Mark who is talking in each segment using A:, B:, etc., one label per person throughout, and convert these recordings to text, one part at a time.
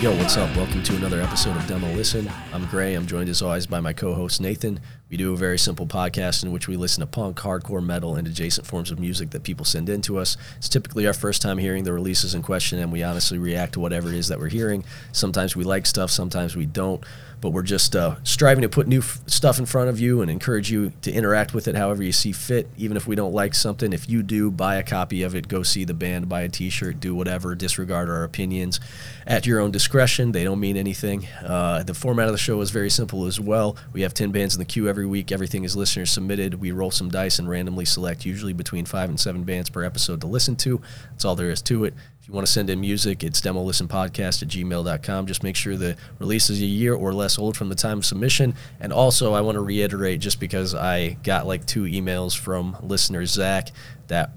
A: Yo, what's up? Welcome to another episode of Demo Listen. I'm Gray. I'm joined as always by my co host Nathan. We do a very simple podcast in which we listen to punk, hardcore, metal, and adjacent forms of music that people send in to us. It's typically our first time hearing the releases in question, and we honestly react to whatever it is that we're hearing. Sometimes we like stuff, sometimes we don't, but we're just uh, striving to put new f- stuff in front of you and encourage you to interact with it however you see fit. Even if we don't like something, if you do, buy a copy of it, go see the band, buy a t shirt, do whatever, disregard our opinions at your own discretion. They don't mean anything. Uh, the format of the show is very simple as well. We have 10 bands in the queue every week. Everything is listener submitted. We roll some dice and randomly select usually between five and seven bands per episode to listen to. That's all there is to it. If you want to send in music, it's demolistenpodcast at gmail.com. Just make sure the release is a year or less old from the time of submission. And also, I want to reiterate just because I got like two emails from listener Zach that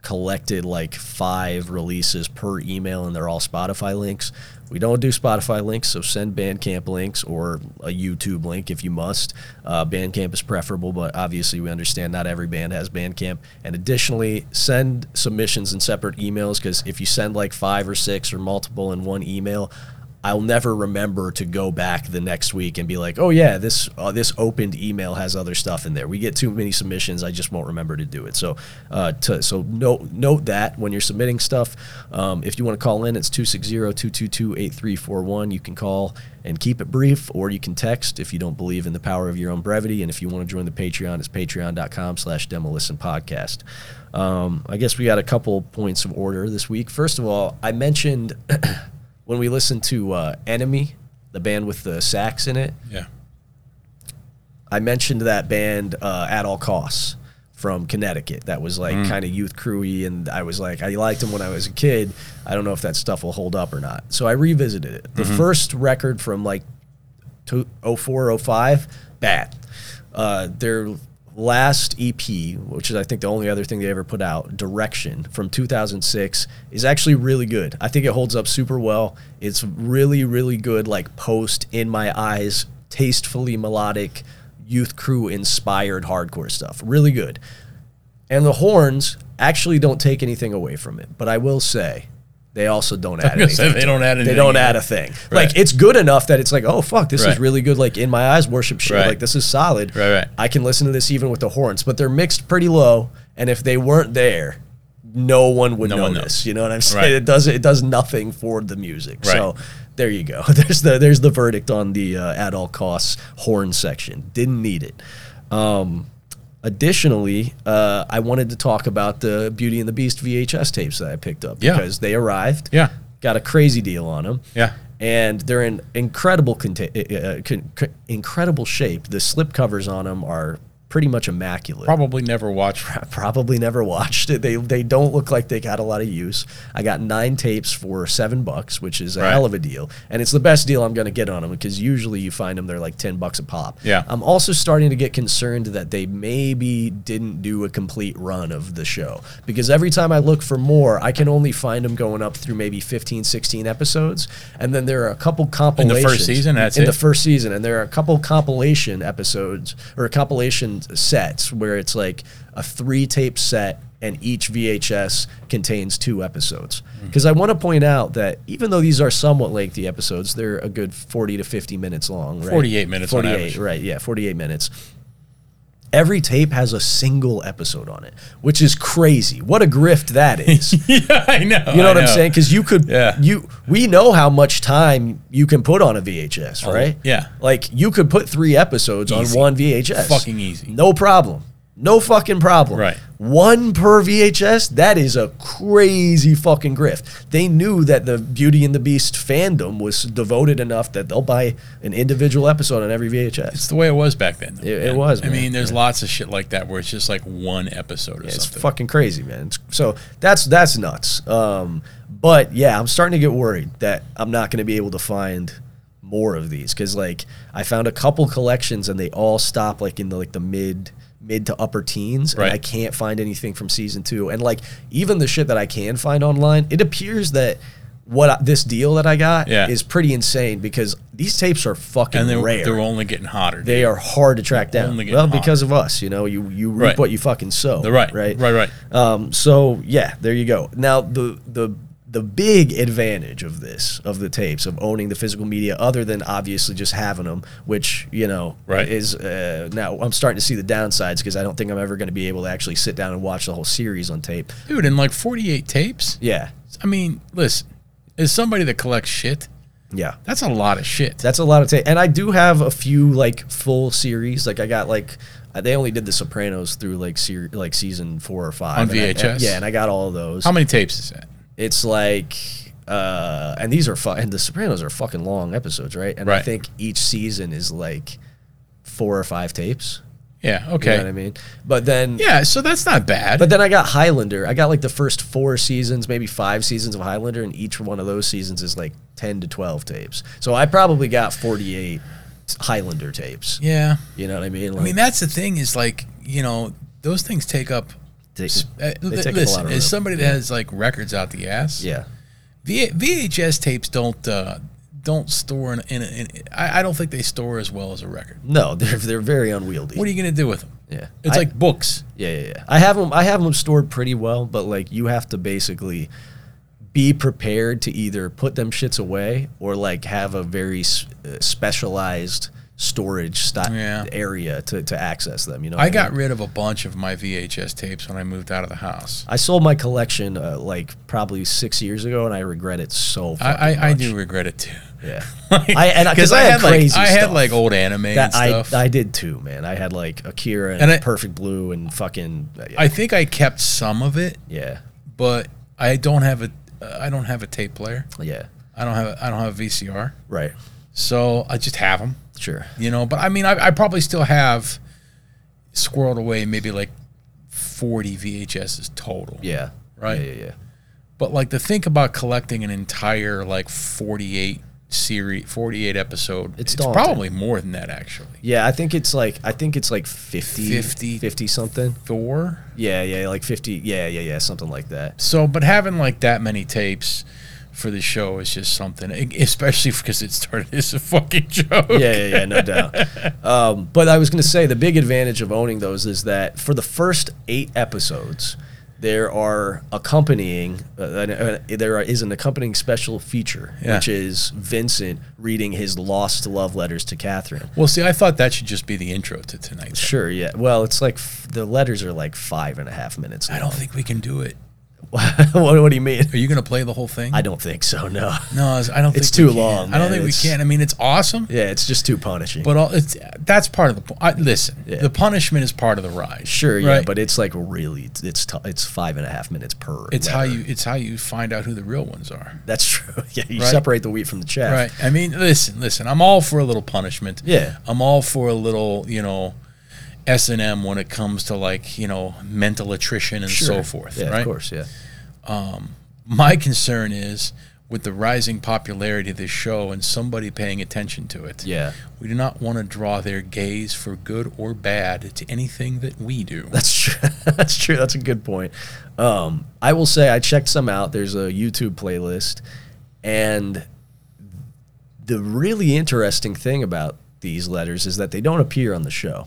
A: collected like five releases per email, and they're all Spotify links. We don't do Spotify links, so send Bandcamp links or a YouTube link if you must. Uh, Bandcamp is preferable, but obviously we understand not every band has Bandcamp. And additionally, send submissions in separate emails because if you send like five or six or multiple in one email, I'll never remember to go back the next week and be like, "Oh yeah, this uh, this opened email has other stuff in there." We get too many submissions; I just won't remember to do it. So, uh, to, so note note that when you're submitting stuff, um, if you want to call in, it's 260-222-8341. You can call and keep it brief, or you can text if you don't believe in the power of your own brevity. And if you want to join the Patreon, it's patreon.com/slash demolition podcast. Um, I guess we got a couple points of order this week. First of all, I mentioned. when we listened to uh, Enemy, the band with the sax in it,
B: Yeah.
A: I mentioned that band uh, at all costs from Connecticut. That was like kind of youth crewy, and I was like, I liked them when I was a kid. I don't know if that stuff will hold up or not. So I revisited it. The first record from like to 04, 05, bad. Uh, their last EP, which is I think the only other thing they ever put out, Direction from 2006, is actually really good. I think it holds up super well. It's really, really good, like post in my eyes, tastefully melodic, youth crew inspired hardcore stuff. Really good. And the horns actually don't take anything away from it. But I will say, they also don't add
B: gonna say
A: anything.
B: they
A: to
B: don't
A: it.
B: add
A: They
B: anything
A: don't
B: either.
A: add a thing.
B: Right.
A: Like it's good enough that it's like, oh fuck, this is
B: Right.
A: really good. Like in my eyes, worship shit.
B: Right.
A: Like this is solid.
B: Right, right.
A: I can listen to this even with the horns, but they're mixed pretty low. And if they weren't there, no one would
B: No
A: know
B: one knows.
A: this. You know what I'm saying?
B: Right.
A: It does it does nothing for the music.
B: Right.
A: So there you go. There's the there's the verdict on the uh, at all costs horn section. Didn't need it. Um, additionally, uh, I wanted to talk about the Beauty and the Beast VHS tapes that I picked up
B: Yeah.
A: because they arrived.
B: Yeah.
A: got a crazy deal on them.
B: Yeah.
A: And they're in incredible conta- uh, uh, con- con- incredible shape. The slip covers on them are pretty much immaculate.
B: Probably never watched.
A: Probably never watched it. They they don't look like they got a lot of use. I got nine tapes for seven bucks, which is a
B: Right.
A: hell of a deal, and it's the best deal I'm going to get on them because usually you find them they're like ten bucks a pop.
B: Yeah.
A: I'm also starting to get concerned that they maybe didn't do a complete run of the show because every time I look for more, I can only find them going up through maybe 15, 16 episodes, and then there are a couple
B: the
A: compilations
B: first season, that's
A: in
B: it?
A: the first season, and there are a couple compilation episodes or compilation sets where it's like a three tape set, and each VHS contains two episodes.
B: Hmm.
A: Because I want to point out that even though these are somewhat lengthy episodes, they're a good forty to fifty minutes long. Right?
B: 48 minutes on
A: Forty-eight,
B: average.
A: right? Yeah, forty-eight minutes. Every tape has a single episode on it, which is crazy. What a grift that is.
B: yeah, Oh, I know.
A: You know what I'm saying? Because you could,
B: Yeah.
A: you we know how much time you can put on a VHS, right?
B: Oh, yeah.
A: like you could put three episodes
B: Easy.
A: on one VHS,
B: Fucking easy.
A: no problem, no fucking problem.
B: Right.
A: one per VHS. That is a crazy fucking grift. They knew that the Beauty and the Beast fandom was devoted enough that they'll buy an individual episode on every VHS.
B: It's the way it was back then.
A: It- it was,
B: I
A: man.
B: mean, there's lots of shit like that where it's just like one episode or
A: It's
B: something.
A: fucking crazy, man. It's, so that's that's nuts. Um, but yeah, I'm starting to get worried that I'm not going to be able to find more of these because like I found a couple collections and they all stop like in the like the mid mid to upper teens and
B: Right.
A: I can't find anything from season two and like even the shit that I can find online, it appears that. What I, this deal that I got
B: Yeah.
A: is pretty insane because these tapes are fucking
B: and they were,
A: rare.
B: they were only getting hotter.
A: They are hard to track down.
B: Only get
A: Well,
B: hot.
A: because of us, you know, you you reap
B: Right.
A: what you fucking sow.
B: They're right,
A: right,
B: right, right.
A: Um, so yeah, there you go. Now the the the big advantage of this, of the tapes, of owning the physical media, other than obviously just having them, which you know
B: Right.
A: is uh, now I'm starting to see the downsides because I don't think I'm ever going to be able to actually sit down and watch the whole series on tape.
B: Dude, in like 48 tapes?
A: Yeah,
B: I mean, listen, as somebody that collects shit,
A: yeah.
B: that's a lot of shit.
A: That's a lot of tape. And I do have a few like full series. Like I got like uh, they only did The Sopranos through like ser- like season four or five
B: On
A: And I- and-
B: VHS?
A: yeah, and I got all of those.
B: How many tapes is that?
A: it's like uh, and these are fu- and The Sopranos are fucking long episodes, right? And I
B: Right.
A: think each season is like four or five tapes.
B: Yeah,
A: You
B: okay.
A: know what I mean? But then
B: Yeah, so that's not bad.
A: But then I got Highlander. I got like the first four seasons, maybe five seasons of Highlander, and each one of those seasons is like ten to twelve tapes. So I probably got forty-eight Highlander tapes.
B: yeah.
A: You know what I mean? Like,
B: I mean, that's the thing is like, you know, those things take up.
A: they-
B: Uh,
A: they
B: li-
A: take up a lot
B: listen,
A: of room.
B: as somebody that has like records out the ass,
A: yeah,
B: V- VHS tapes don't uh, don't store in. in, in I, I don't think they store as well as a record.
A: no, they're they're very unwieldy.
B: What are you gonna do with them?
A: yeah,
B: It's
A: I-
B: like books.
A: yeah, yeah, yeah. I have them. I have them stored pretty well, but like you have to basically be prepared to either put them shits away or like have a very s- uh, specialized storage sti-
B: Yeah.
A: area to, to access them. You know, what
B: I
A: mean?
B: got rid of a bunch of my VHS tapes when I moved out of the house.
A: I sold my collection uh, like probably six years ago, and I regret it so. Fucking
B: I, I, I
A: much.
B: do regret it too.
A: Yeah, I and because I, had
B: had
A: crazy
B: like I
A: stuff
B: had like old anime and
A: that I,
B: stuff. I,
A: I did too, man. I had like Akira and,
B: And I-
A: Perfect Blue and fucking yeah,
B: think I kept some of it,
A: yeah,
B: but I don't have a I don't have a tape player.
A: yeah,
B: I don't have I don't have a VCR,
A: right,
B: so I just have them.
A: sure,
B: you know. But I mean, I, I probably still have squirreled away maybe like forty VHSs total.
A: yeah,
B: Right.
A: yeah, yeah, yeah.
B: But like to think about collecting an entire like forty-eight series, forty-eight episode,
A: It's
B: it's,
A: daunting.
B: probably more than that actually.
A: Yeah, I think it's like I think it's like 50,
B: 50.
A: 50 something.
B: Four.
A: Yeah, yeah, like fifty. Yeah, yeah, yeah, something like that.
B: So, but having like that many tapes for the show is just something, e- especially because it started as a fucking joke.
A: yeah, yeah, yeah, no doubt. Um, but I was going to say the big advantage of owning those is that for the first eight episodes, there are accompanying uh, an- uh, there are, is an accompanying special feature,
B: Yeah.
A: which is Vincent reading his lost love letters to Catherine.
B: Well, see, I thought that should just be the intro to tonight's.
A: Sure, yeah. Well, it's like f- the letters are like five and a half minutes.
B: I don't think we can do it.
A: what, what do you mean?
B: Are you going to play the whole thing?
A: I don't think so. No.
B: No, it's- I don't.
A: It's
B: think we
A: too
B: can.
A: long,
B: I
A: man.
B: don't think
A: It's-
B: we can. I mean, it's awesome,
A: Yeah, it's just too punishing.
B: but all it's that's part of the. po- I, listen,
A: Yeah.
B: the punishment is part of the ride.
A: sure, yeah,
B: right?
A: but it's like really it's it's, t- it's five and a half minutes per.
B: it's how
A: letter.
B: you it's how you find out who the real ones are,
A: That's true. Yeah, you
B: Right?
A: separate the wheat from the chaff.
B: right? I mean, listen, listen. I'm all for a little punishment.
A: Yeah.
B: I'm all for a little, you know, S and M when it comes to like you know mental attrition and so forth,
A: Yeah,
B: right?
A: of course. Yeah.
B: My concern is with the rising popularity of this show and somebody paying attention to it.
A: Yeah.
B: We do not want to draw their gaze for good or bad to anything that we do.
A: That's true. That's true. That's a good point. Um, I will say I checked some out. There's a YouTube playlist, and the really interesting thing about these letters is that they don't appear on the show,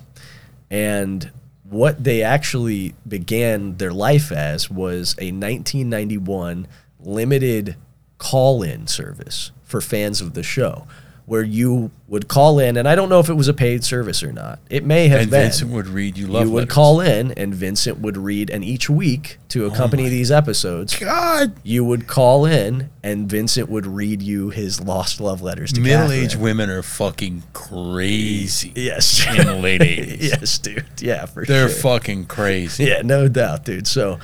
A: and what they actually began their life as was a 1991 limited call-in service for fans of the show. Where you would call in, and I don't know if it was a paid service or not. It may have
B: And
A: been
B: Vincent would read you love
A: you would
B: letters. Oh
A: call in and Vincent would read and each week to accompany these episodes
B: God
A: you would call in and Vincent would read you his lost love letters to
B: middle
A: Catherine.
B: aged women are fucking crazy
A: yes
B: in the late eighties.
A: yes dude yeah for
B: They're
A: sure
B: fucking crazy.
A: yeah no doubt dude so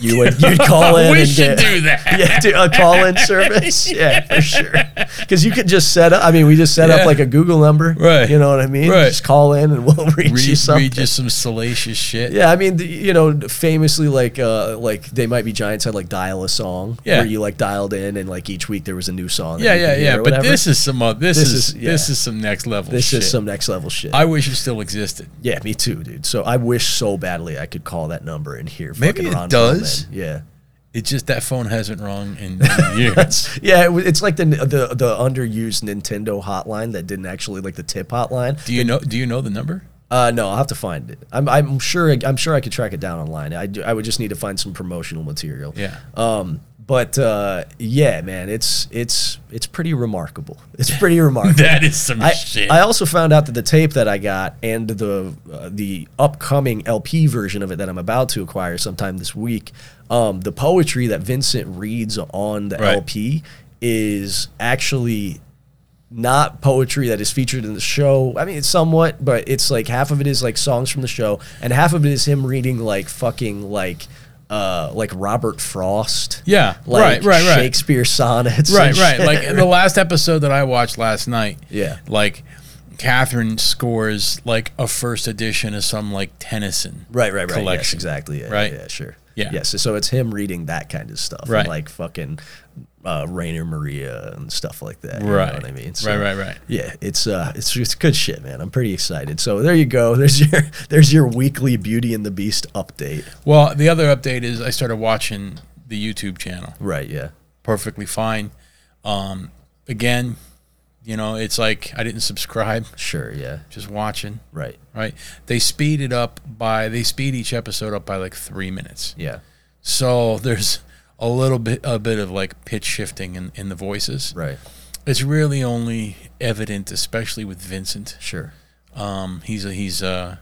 A: you would you'd call in
B: we
A: and get-
B: should do that.
A: yeah, do a call in service. Yeah, for sure. Because you could just set up. I mean, we just set
B: Yeah.
A: up like a Google number.
B: Right.
A: You know what I mean?
B: Right.
A: Just call in and we'll read, you
B: Read,
A: something.
B: read you some salacious shit.
A: Yeah, I mean, the, you know, famously, like, uh, like they might be giants had like dial a song,
B: Yeah.
A: where you like dialed in, and like each week there was a new song. that
B: Yeah,
A: you
B: yeah,
A: could hear
B: yeah.
A: or
B: But
A: whatever.
B: this is some uh, this,
A: This
B: is,
A: is- yeah.
B: this is some next level
A: this
B: shit.
A: is some next level shit.
B: I wish it still existed.
A: yeah, me too, dude. So I wish so badly I could call that number and hear.
B: Maybe
A: fucking
B: it
A: Ron Perlman.
B: does.
A: Yeah,
B: It's just that phone hasn't rung in years.
A: it's, yeah. It, wa- it's like the the the underused Nintendo hotline that didn't actually like the tip hotline.
B: Do you know do you know the number?
A: Uh, no, I'll have to find it. I'm I'm sure I'm sure I could track it down online. I do, I would just need to find some promotional material.
B: Yeah.
A: Um, But uh, yeah, man, it's it's it's pretty remarkable. It's pretty remarkable.
B: That is some
A: I,
B: shit.
A: I also found out that the tape that I got and the uh, the upcoming LP version of it that I'm about to acquire sometime this week, um, the poetry that Vincent reads on the
B: Right.
A: LP is actually not poetry that is featured in the show. I mean, it's somewhat, but it's like half of it is like songs from the show, and half of it is him reading like fucking like uh like Robert Frost.
B: Yeah,
A: like
B: right, right, right.
A: Shakespeare sonnets.
B: right,
A: and
B: right.
A: shit.
B: Like in the last episode that I watched last night.
A: Yeah.
B: Like Catherine scores like a first edition of some like Tennyson.
A: Right, right, right. Yes,
B: collection,
A: exactly. Yeah,
B: right?
A: Yeah, sure.
B: Yeah.
A: Yes. So it's him reading that kind of stuff. and,
B: Right.
A: like fucking uh, Rainer Maria and stuff like that. You
B: Right.
A: know what I mean?
B: Right, right, right.
A: Yeah, it's uh, it's just good shit, man. I'm pretty excited. So there you go. There's your there's your weekly Beauty and the Beast update.
B: Well, the other update is I started watching the YouTube channel.
A: Right. Yeah.
B: Perfectly fine. Um, again, you know, it's like I didn't subscribe,
A: Sure. Yeah.
B: just watching.
A: Right.
B: Right. They speed it up by they speed each episode up by like three minutes.
A: Yeah.
B: So there's a little bit a bit of like pitch shifting in, in the voices.
A: Right.
B: It's really only evident, especially with Vincent.
A: Sure.
B: Um, he's a, he's uh,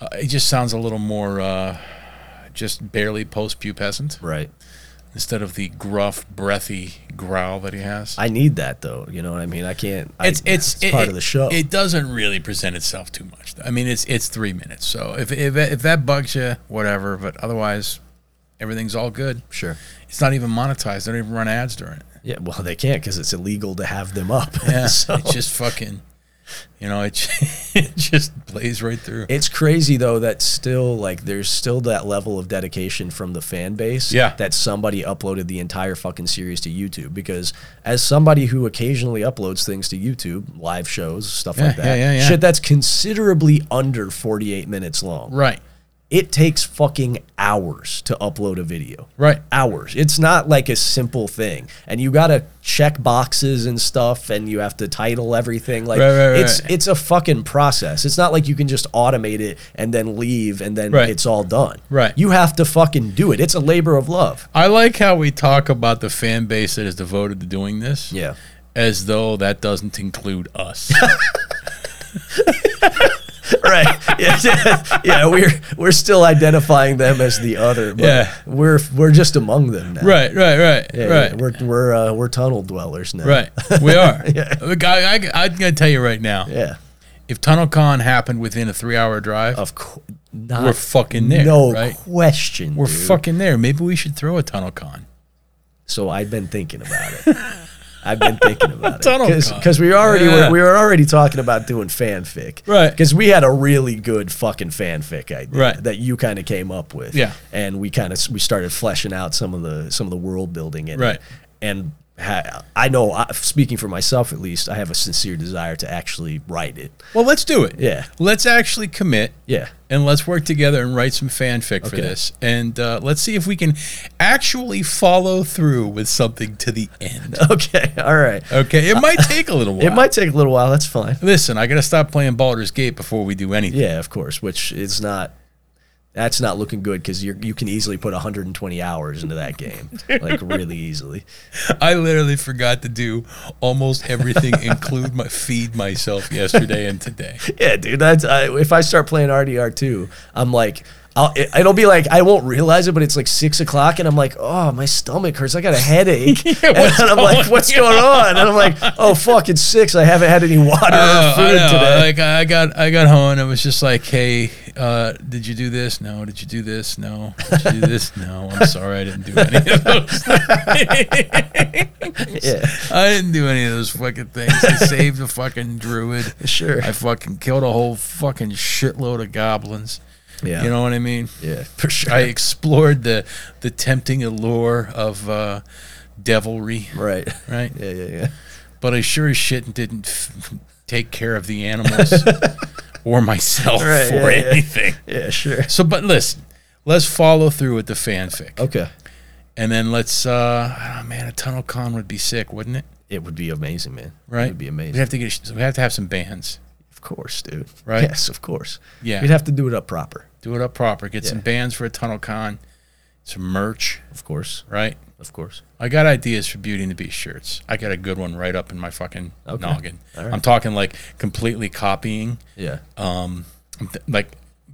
B: uh, he just sounds a little more uh, just barely post pubescent
A: Right.
B: instead of the gruff, breathy growl that he has.
A: I need that though. You know what I mean? I can't. I-
B: it's it's, it-
A: part
B: it-
A: of the show.
B: It doesn't really present itself too much. I mean, it's it's three minutes. So if if if that bugs you, whatever. But otherwise, everything's all good.
A: sure.
B: It's not even monetized. They don't even run ads during it.
A: Yeah. Well, they can't because it's illegal to have them up.
B: Yeah,
A: so.
B: it's just fucking. You know, it, j- it just plays right through.
A: It's crazy though that still like there's still that level of dedication from the fan base.
B: Yeah.
A: That somebody uploaded the entire fucking series to YouTube because as somebody who occasionally uploads things to YouTube, live shows, stuff like
B: Yeah,
A: that,
B: yeah, yeah, yeah.
A: shit that's considerably under 48 minutes long.
B: right,
A: It takes fucking hours to upload a video
B: right.
A: hours. It's not like a simple thing, and you gotta check boxes and stuff, and you have to title everything. Like
B: Right, right, right.
A: it's it's a fucking process. It's not like you can just automate it and then leave and then
B: Right.
A: it's all done.
B: Right.
A: You have to fucking do it. It's a labor of love.
B: I like how we talk about the fan base that is devoted to doing this.
A: Yeah.
B: As though that doesn't include us.
A: right. Yeah. Yeah. Yeah. We're we're still identifying them as the other. But
B: Yeah.
A: We're we're just among them now.
B: right, right, right,
A: Yeah,
B: right.
A: yeah. We're we're uh, we're tunnel dwellers now.
B: Right, we are.
A: Yeah.
B: Look, I, I, I'm gonna tell you right now.
A: Yeah.
B: If TunnelCon happened within a three-hour drive,
A: Of course. Not.
B: we're fucking there.
A: no
B: right?
A: question.
B: We're
A: dude.
B: fucking there. Maybe we should throw a TunnelCon.
A: So I've been thinking about it. I've been thinking about
B: Tunnel
A: it
B: cock.
A: because we already
B: Yeah.
A: were, we were already talking about doing fanfic,
B: Right.
A: Because we had a really good fucking fanfic idea
B: Right.
A: that you kind of came up with,
B: Yeah.
A: And we kind of we started fleshing out some of the some of the world building in
B: Right.
A: it, and ha- I know I, speaking for myself at least, I have a sincere desire to actually write it.
B: Well, let's do it.
A: Yeah.
B: Let's actually commit.
A: Yeah,
B: and let's work together and write some fanfic for
A: Okay.
B: this. And uh, let's see if we can actually follow through with something to the end.
A: okay, all right.
B: Okay, it might take a little while.
A: It might take a little while. That's fine.
B: Listen, I gotta stop playing Baldur's Gate before we do anything.
A: Yeah, of course. Which is not. That's not looking good because you you can easily put 120 hours into that game, like really easily.
B: I literally forgot to do almost everything, include my feed myself yesterday and today.
A: Yeah, dude. That's I, if I start playing RDR two, I'm like, I'll, it, it'll be like I won't realize it, but it's like six o'clock, and I'm like, oh, my stomach hurts. I got a headache, and
B: what's
A: I'm like,
B: going
A: what's going on? And I'm like, oh fuck, it's six. I haven't had any water
B: Oh,
A: or
B: I
A: food
B: know.
A: today.
B: Like I got, I got home and I was just like, "Hey, uh, did you do this? No. Did you do this? No. Did you do this? No. I'm sorry, I didn't do any of those.
A: yeah,
B: I didn't do any of those fucking things. I saved a fucking druid.
A: sure.
B: I fucking killed a whole fucking shitload of goblins.
A: Yeah,
B: You know what I mean?
A: yeah, for sure.
B: I explored the the tempting allure of uh, devilry,
A: right.
B: right?
A: Yeah, yeah, yeah.
B: But I sure as shit didn't f- take care of the animals or myself
A: Right,
B: for
A: yeah, yeah.
B: anything.
A: Yeah, sure.
B: So, but listen, let's follow through with the fanfic,
A: Okay.
B: and then let's. Uh, oh man, a tunnel con would be sick, wouldn't it?
A: It would be amazing, man.
B: Right?
A: It would be amazing.
B: We have to get. so We have to have some bands.
A: Of course, dude.
B: Right?
A: Yes, of course.
B: Yeah.
A: We'd have to do it up proper,
B: Do it up proper. Get some
A: Yeah.
B: bands for a tunnel con, some merch,
A: of course.
B: right?
A: Of course.
B: I got ideas for Beauty and the Beast shirts. I got a good one right up in my fucking
A: Okay.
B: noggin.
A: All right.
B: I'm talking like completely copying,
A: Yeah.
B: um, th- like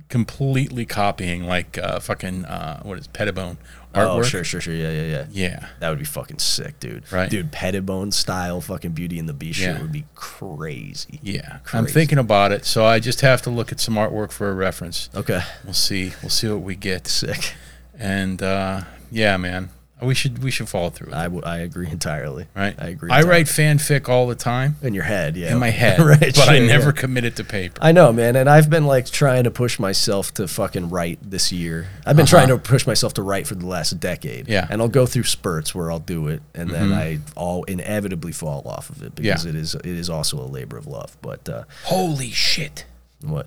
B: completely copying like uh, fucking uh, what is Pettibone artwork?
A: Oh, sure, sure, sure. Yeah, yeah, yeah.
B: Yeah,
A: That would be fucking sick, dude.
B: Right.
A: Dude, Pettibone style fucking Beauty and the Beast
B: Yeah.
A: shit would be crazy.
B: yeah. I'm
A: Crazy.
B: thinking about it, so I just have to look at some artwork for a reference.
A: Okay.
B: We'll see. We'll see what we get.
A: Sick.
B: And uh, yeah, man, we should we should follow through. With it,
A: I would- I agree entirely.
B: right?
A: I agree.
B: I
A: entirely.
B: write fanfic all the time
A: in your head, yeah.
B: in my head,
A: right.
B: but
A: sure,
B: I
A: yeah.
B: never commit it to paper.
A: I know, man, and I've been like trying to push myself to fucking write this year. I've been trying to push myself to write for the last decade.
B: Uh-huh. Yeah. Mm-hmm.
A: and I'll go through spurts where I'll do it, and then I all inevitably fall off of it because
B: Yeah.
A: it is it is also a labor of love. But uh,
B: Holy shit!
A: what?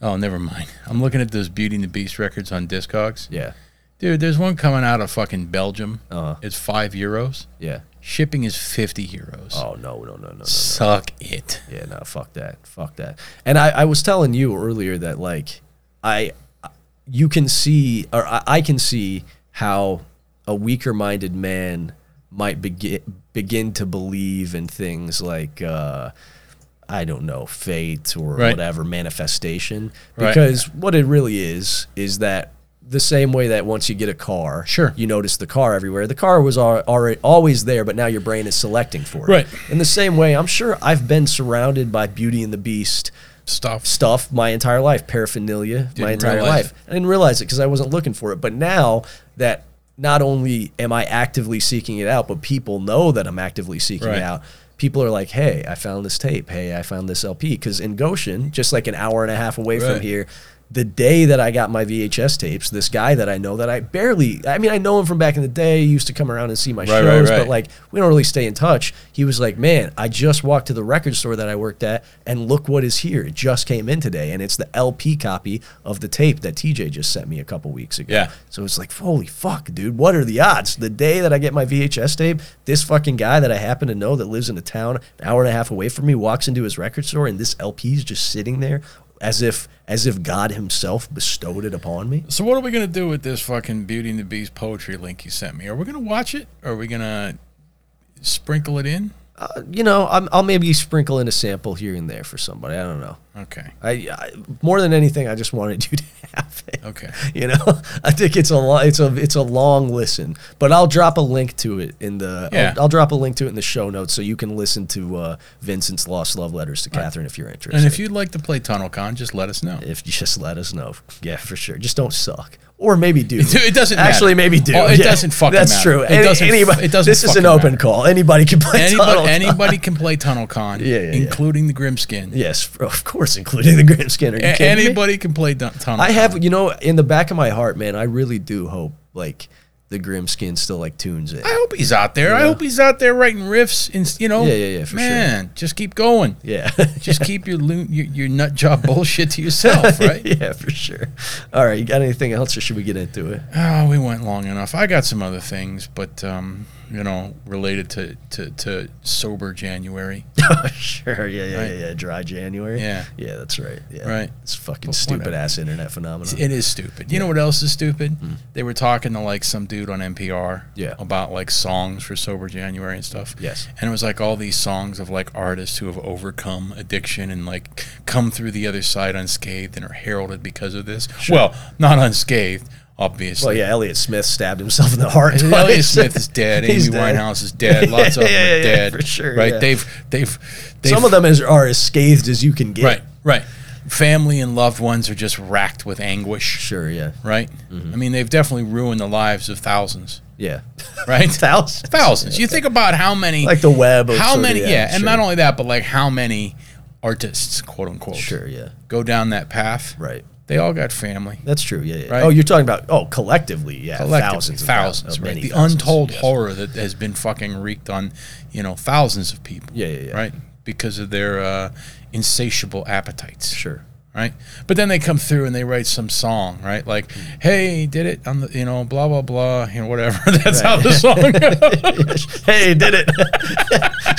B: Oh, never mind. I'm looking at those Beauty and the Beast records on Discogs.
A: Yeah,
B: Dude, there's one coming out of fucking Belgium.
A: Uh-huh.
B: It's five euros.
A: yeah.
B: Shipping is 50 euros.
A: Oh no, no, no, no, no.
B: Suck it.
A: Yeah, no, fuck that. Fuck that. And I, I was telling you earlier that like I you can see or I, I can see how a weaker minded man might begin begin to believe in things like uh I don't know, fate or
B: Right.
A: whatever manifestation.
B: Right.
A: Because what it really is is that the same way that once you get a car,
B: Sure.
A: you notice the car everywhere. The car was al- already always there, but now your brain is selecting for it.
B: Right.
A: In the same way, I'm sure I've been surrounded by Beauty and the Beast
B: Stuff.
A: stuff my entire life, paraphernalia my entire
B: realize
A: life. I didn't realize it because I wasn't looking for it. But now that not only am I actively seeking it out, but people know that I'm actively seeking
B: Right.
A: it out. People are like, "Hey, I found this tape. Hey, I found this LP." Because in Goshen, just like an hour and a half away from
B: Right.
A: here, the day that I got my VHS tapes, this guy that I know that I barely—I mean, I know him from back in the day. He used to come around and see my
B: Right, right,
A: shows,
B: right.
A: but like we don't really stay in touch. He was like, "Man, I just walked to the record store that I worked at, and look what is here. It just came in today, and it's the LP copy of the tape that TJ just sent me a couple weeks ago."
B: Yeah.
A: So it's like, holy fuck, dude! What are the odds? The day that I get my VHS tape, this fucking guy that I happen to know that lives in a town an hour and a half away from me walks into his record store, and this LP is just sitting there, as if as if God Himself bestowed it upon me.
B: So what are we going to do with this fucking Beauty and the Beast poetry link you sent me? Are we going to watch it? Are we going to sprinkle it in?
A: Uh, you know, I'm, I'll maybe sprinkle in a sample here and there for somebody. I don't know.
B: Okay.
A: I, I more than anything, I just wanted you to have it.
B: Okay.
A: You know, I think it's a lo- it's a it's a long listen, but I'll drop a link to it in the
B: Yeah.
A: I'll, I'll drop a link to it in the show notes so you can listen to uh, Vincent's lost love letters to Catherine if you're interested.
B: And if you'd like to play Tunnel Con, just let us know.
A: if you just let us know, yeah, for sure. Just don't suck, or maybe do.
B: Dude, it doesn't matter.
A: actually maybe do.
B: Oh, it
A: Yeah,
B: doesn't fucking
A: That's
B: matter.
A: true.
B: It
A: Any-
B: doesn't f-
A: anybody-
B: it doesn't
A: This is an
B: fucking
A: open
B: matter.
A: call. Anybody can play. Donald
B: Anybody,
A: Duck.
B: anybody can play Tunnel Con,
A: Yeah, yeah, yeah.
B: including the Grimskin.
A: Yes, of course, including the Graham Skinner. You
B: A-
A: kidding me?
B: anybody can play Dun- Tunnel
A: I
B: Con.
A: have, you know, in the back of my heart, man, I really do hope like the grim skin still like tunes in.
B: I hope he's out there. I hope he's out there writing riffs. And you know,
A: Yeah, yeah, yeah, for sure.
B: man, just keep going.
A: Yeah.
B: Just keep your, lo- your your nut job bullshit to yourself, right?
A: yeah, for sure. All right, you got anything else or should we get into it?
B: Oh, we went long enough. I got some other things, but um, you know, related to to, to sober January,
A: Oh, sure. Yeah, yeah,
B: Right.
A: yeah, yeah. Dry January.
B: Yeah.
A: Yeah, that's right. Yeah.
B: Right.
A: It's fucking stupid ass internet phenomenon.
B: it is stupid. You know what else is stupid? They were talking to like some dude on NPR,
A: Mm. Yeah.
B: about like songs for sober January and stuff.
A: Yes.
B: and it was like all these songs of like artists who have overcome addiction and like come through the other side unscathed and are heralded because of this. Well, not unscathed, obviously.
A: well, yeah, Elliot Smith stabbed himself in the heart.
B: And
A: twice.
B: Elliot Smith is dead. Amy
A: He's dead.
B: Winehouse is dead. Lots of them
A: Yeah,
B: are
A: yeah,
B: dead.
A: for sure,
B: Right?
A: yeah.
B: They've, they've, they've.
A: Some of them is, are as scathed as you can get.
B: Right. Right. Family and loved ones are just racked with anguish.
A: Sure. Mm-hmm. Yeah.
B: Right. I mean, they've definitely ruined the lives of thousands.
A: Yeah.
B: Right.
A: Thousands.
B: thousands. You think about how many,
A: Like the web. Of
B: how
A: sorta,
B: many, yeah, and
A: sure.
B: not only that, but like how many artists, quote unquote,
A: Sure. Yeah.
B: go down that path.
A: Right.
B: They all got family.
A: That's true. Yeah. yeah.
B: Right?
A: Oh, you're talking about oh collectively, yeah,
B: Collective-
A: thousands, and
B: thousands,
A: thousands,
B: right?
A: many
B: The
A: thousands,
B: untold
A: yes.
B: horror that has been fucking wreaked on, you know, thousands of people.
A: Yeah, yeah, yeah.
B: Right, because of their uh, insatiable appetites.
A: Sure.
B: right? But then they come through and they write some song, right? Like,
A: Hmm.
B: hey, did it on the, you know, blah, blah, blah, you know, whatever. That's how the song goes.
A: hey, did it?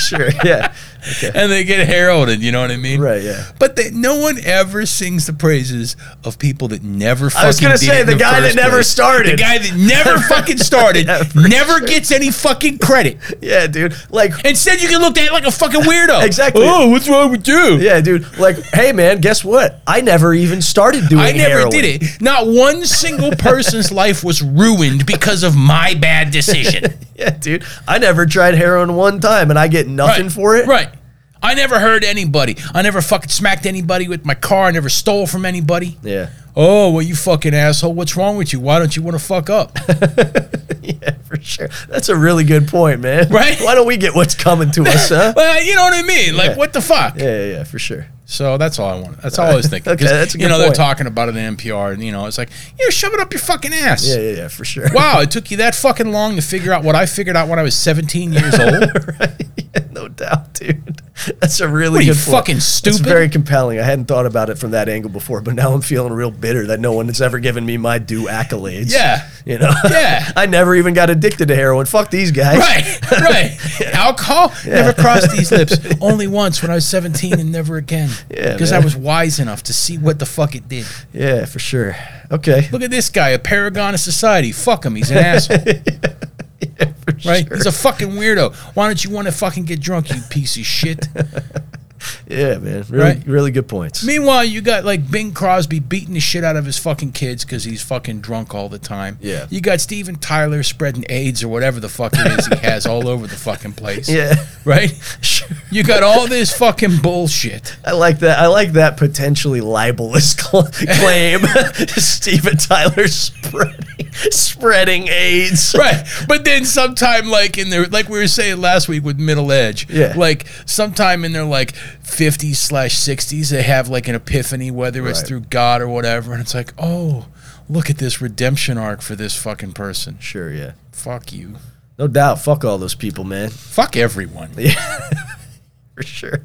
A: sure, yeah. Okay.
B: and they get heralded, you know what I mean?
A: Right, yeah.
B: But they, no one ever sings the praises of people that never fucking
A: I was gonna
B: did
A: say,
B: it in
A: the guy that
B: first
A: never
B: place.
A: started.
B: The guy that never fucking started,
A: Yeah, for
B: never gets any fucking credit.
A: Yeah, dude. Like
B: Instead, you get looked at like a fucking weirdo.
A: Exactly.
B: Oh, what's wrong with you?
A: Yeah, dude. Like, hey, man, guess what? I never even started doing.
B: I never
A: heroin.
B: did it. Not one single person's life was ruined because of my bad decision.
A: Yeah, dude. I never tried heroin one time, and I get nothing
B: Right.
A: for it.
B: Right. I never hurt anybody. I never fucking smacked anybody with my car. I never stole from anybody.
A: Yeah.
B: Oh, well, you fucking asshole. What's wrong with you? Why don't you want to fuck up?
A: Yeah, for sure. That's a really good point, man.
B: Right?
A: Why don't we get what's coming to us, huh?
B: well, you know what I mean? Like,
A: Yeah.
B: what the fuck?
A: Yeah, yeah, yeah, for sure.
B: So that's all I wanted. That's all I was thinking.
A: Okay,
B: 'Cause,
A: that's a
B: you
A: good
B: know, they're
A: point.
B: talking about it in NPR, and, you know, it's like, you know, shove it up your fucking ass.
A: Yeah, yeah, yeah, for sure.
B: Wow, it took you that fucking long to figure out what I figured out when I was 17 years old.
A: right? Yeah, no doubt, dude. That's a really
B: What are you,
A: good point.
B: fucking
A: It's
B: stupid?
A: very compelling. I hadn't thought about it from that angle before, but now I'm feeling real bitter that no one has ever given me my due accolades.
B: Yeah.
A: You know?
B: Yeah.
A: I never even got addicted to heroin. Fuck these guys.
B: Right, right. Alcohol never crossed these lips. Only once when I was 17 and never again.
A: Yeah,
B: Because I
A: man.
B: was wise enough to see what the fuck it did.
A: Yeah, for sure. Okay.
B: Look at this guy, a paragon of society. Fuck him. He's an asshole. right? He's a fucking weirdo. Why don't you want to fucking get drunk, you piece of shit?
A: Yeah, man. Really,
B: Right.
A: really good points.
B: Meanwhile, you got like Bing Crosby beating the shit out of his fucking kids because he's fucking drunk all the time.
A: Yeah.
B: You got Steven Tyler spreading AIDS or whatever the fuck it is he has all over the fucking place.
A: Yeah.
B: Right?
A: Sure.
B: You got all this fucking bullshit.
A: I like that. I like that potentially libelous cl- claim. Steven Tyler spreading spreading AIDS.
B: Right. But then sometime like in their like we were saying last week with middle edge.
A: Yeah.
B: Like sometime in their like fifties slash sixties they have like an epiphany, whether it's
A: Right.
B: through God or whatever, and it's like, oh, look at this redemption arc for this fucking person.
A: Sure. Yeah.
B: Fuck you.
A: No doubt. Fuck all those people, man.
B: Fuck everyone.
A: for sure.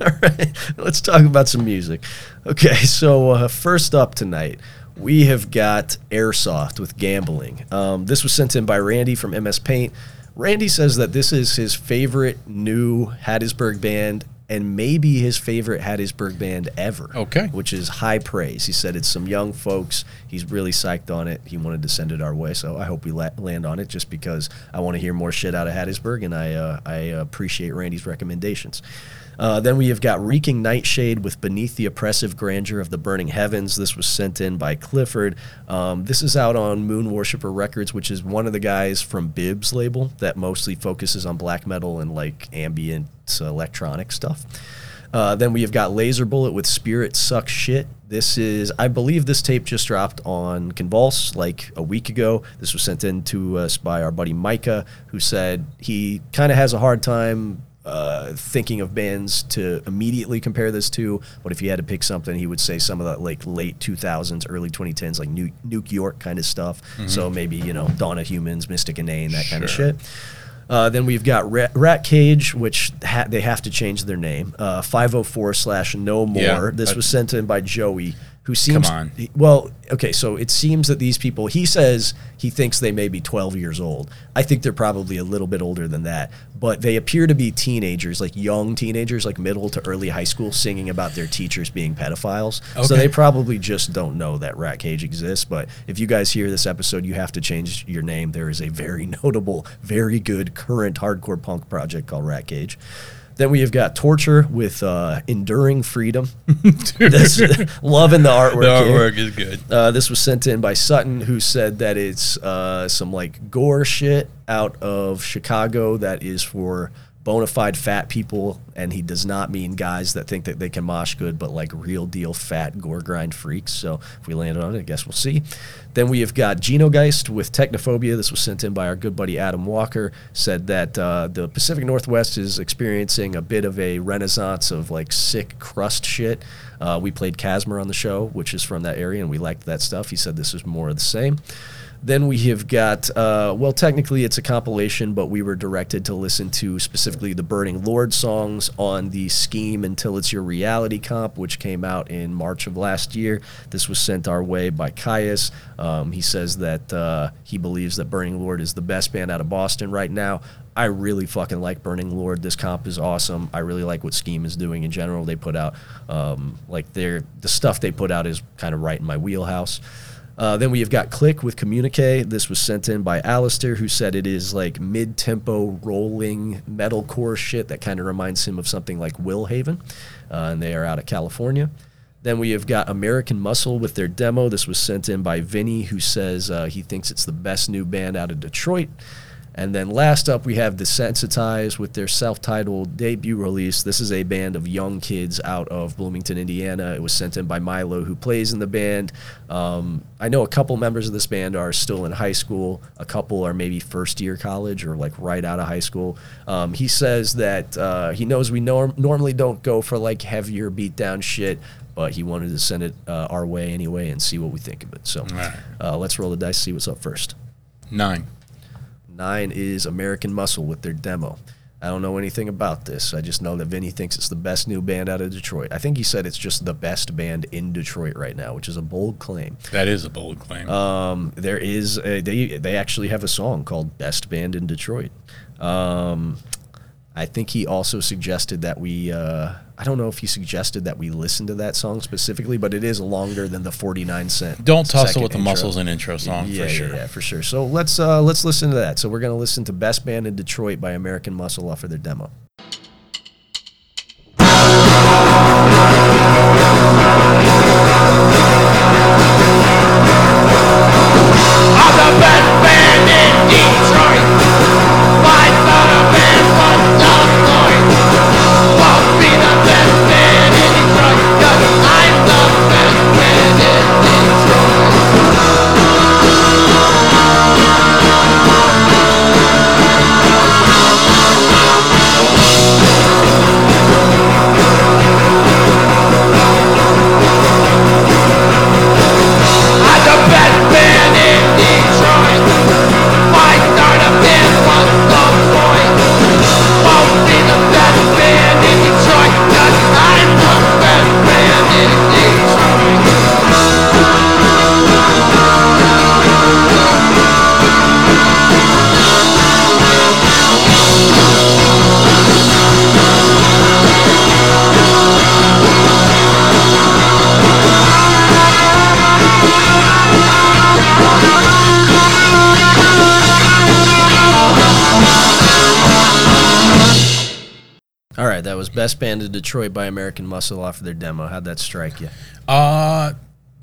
A: All right, let's talk about some music. Okay, so uh, first up tonight, we have got Airsoft with Gambling. Um, this was sent in by Randy from MS Paint. Randy says that this is his favorite new Hattiesburg band and maybe his favorite Hattiesburg band ever.
B: Okay.
A: Which is high praise. He said it's some young folks. He's really psyched on it. He wanted to send it our way, so I hope we la- land on it just because I want to hear more shit out of Hattiesburg, and I uh, I appreciate Randy's recommendations. Uh, then we have got Reeking Nightshade with Beneath the Oppressive Grandeur of the Burning Heavens. This was sent in by Clifford. Um, this is out on Moon Worshipper Records, which is one of the guys from Bibbs label that mostly focuses on black metal and like ambient uh, electronic stuff. Uh, then we have got Laser Bullet with Spirit Sucks Shit. This is, I believe, this tape just dropped on Convulse like a week ago. This was sent in to us by our buddy Micah, who said he kind of has a hard time uh, thinking of bands to immediately compare this to. But if he had to pick something, he would say some of that like late 2000s, early 2010s, like nu- Nuke York kind of stuff. So maybe you know Dawn of Humans, Mystic Inane, that kind of
B: Sure.
A: shit. Uh, then we've got Rat, Rat Cage, which ha- they have to change their name. Uh, 504 slash No More.
B: Yeah,
A: this
B: that-
A: was sent in by Joey, who seems.
B: on.
A: he- well, okay, so it seems that these people, he says he thinks they may be 12 years old. I think they're probably a little bit older than that, but they appear to be teenagers, like young teenagers, like middle to early high school, singing about their teachers being pedophiles. So
B: Okay.
A: they probably just don't know that Rat Cage exists. But if you guys hear this episode, you have to change your name. There is a very notable, very good current hardcore punk project called Rat Cage. Then we have got Torture with uh, Enduring Freedom. This- loving the artwork.
B: The
A: here.
B: artwork is good.
A: Uh, this was sent in by Sutton, who said that it's uh, some like gore shit out of Chicago that is for bona fide fat people, and he does not mean guys that think that they can mosh good, but like real deal fat gore grind freaks. So if we land on it, I guess we'll see. Then we have got Genogeist with Technophobia. This was sent in by our good buddy Adam Walker. Said that uh, the Pacific Northwest is experiencing a bit of a renaissance of like sick crust shit. Uh, we played Casmer on the show, which is from that area, and we liked that stuff. He said this is more of the same. Then we have got, uh, well, technically it's a compilation, but we were directed to listen to specifically the Burning Lord songs on the Scheme Until It's Your Reality comp, which came out in March of last year. This was sent our way by Caius. Um, he says that uh, he believes that Burning Lord is the best band out of Boston right now. I really fucking like Burning Lord. This comp is awesome. I really like what Scheme is doing in general. They put out, um, like, their the stuff they put out is kind of right in my wheelhouse. Uh, then we have got Click with Communique. This was sent in by Alistair, who said it is like mid tempo rolling metalcore shit that kind of reminds him of something like Willhaven. Uh, and they are out of California. Then we have got American Muscle with their demo. This was sent in by Vinny, who says uh, he thinks it's the best new band out of Detroit. And then last up, we have Desensitized with their self titled debut release. This is a band of young kids out of Bloomington, Indiana. It was sent in by Milo, who plays in the band. Um, I know a couple members of this band are still in high school, a couple are maybe first year college or like right out of high school. Um, he says that uh, he knows we norm- normally don't go for like heavier beatdown shit. But he wanted to send it uh, our way anyway and see what we think of it. So
B: right.
A: uh, let's roll the dice, see what's up first.
B: Nine.
A: Nine is American Muscle with their demo. I don't know anything about this. I just know that Vinny thinks it's the best new band out of Detroit. I think he said it's just the best band in Detroit right now, which is a bold claim.
B: That is a bold claim.
A: Um, there is a, they they actually have a song called "Best Band in Detroit." Um, I think he also suggested that we. Uh, I don't know if he suggested that we listen to that song specifically, but it is longer than the forty nine cent.
B: Don't tussle
A: second
B: with the
A: intro.
B: muscles and intro song
A: yeah,
B: for
A: yeah,
B: sure.
A: Yeah, for sure. So let's uh, let's listen to that. So we're gonna listen to "Best Band in Detroit" by American Muscle off of their demo.
C: I'm the best band in Detroit. Fight not a band, but not Floyd. Won't be the best band in Detroit, cause I'm the best band in Detroit. I'm the best band in Detroit. Why start a band was the point? Won't be the best band in Detroit, cause I'm the best band in Detroit.
A: All right, that was "Best Band in Detroit" by American Muscle off of their demo. How'd that strike you?
B: Uh,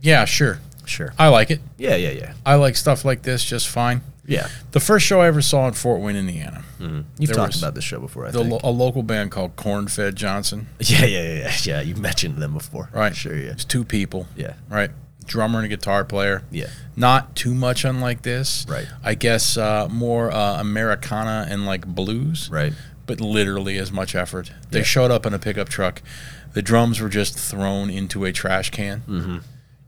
B: yeah, sure.
A: Sure.
B: I like it.
A: Yeah, yeah, yeah,
B: I like stuff like this just fine.
A: yeah.
B: The first show I ever saw in Fort Wayne, Indiana,
A: You've
B: There
A: talked
B: was
A: about this show before, I
B: the
A: think.
B: lo- a local band called Cornfed Johnson.
A: yeah, yeah, yeah, yeah, yeah. You mentioned them before,
B: Right.
A: Sure, yeah,
B: It's two people.
A: yeah,
B: Right. Drummer and a guitar player.
A: yeah.
B: Not too much unlike this.
A: Right.
B: I guess uh, more uh, Americana and like blues.
A: Right.
B: But literally as much effort. They
A: Yeah.
B: showed up in a pickup truck. The drums were just thrown into a trash can
A: Mm-hmm.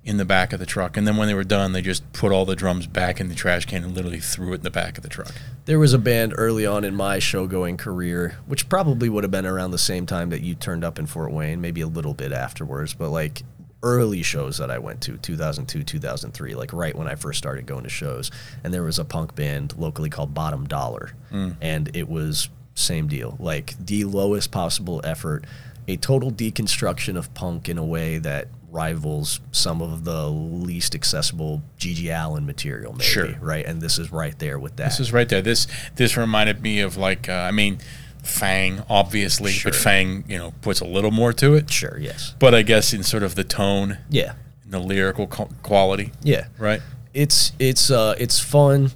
B: in the back of the truck. And then when they were done, they just put all the drums back in the trash can and literally threw it in the back of the truck.
A: There was a band early on in my showgoing career, which probably would have been around the same time that you turned up in Fort Wayne, maybe a little bit afterwards, but like early shows that I went to, 2002, 2003, like right when I first started going to shows. And there was a punk band locally called Bottom Dollar. And it was same deal, like the lowest possible effort, a total deconstruction of punk in a way that rivals some of the least accessible G.G. Allen material, maybe,
B: Sure.
A: right? And this is right there with that.
B: This is right there. This this reminded me of like uh, I mean, Fang obviously,
A: Sure.
B: but Fang you know puts a little more to it.
A: Sure. Yes.
B: But I guess in sort of the tone,
A: Yeah.
B: and the lyrical co- quality,
A: Yeah.
B: right?
A: It's it's uh it's fun.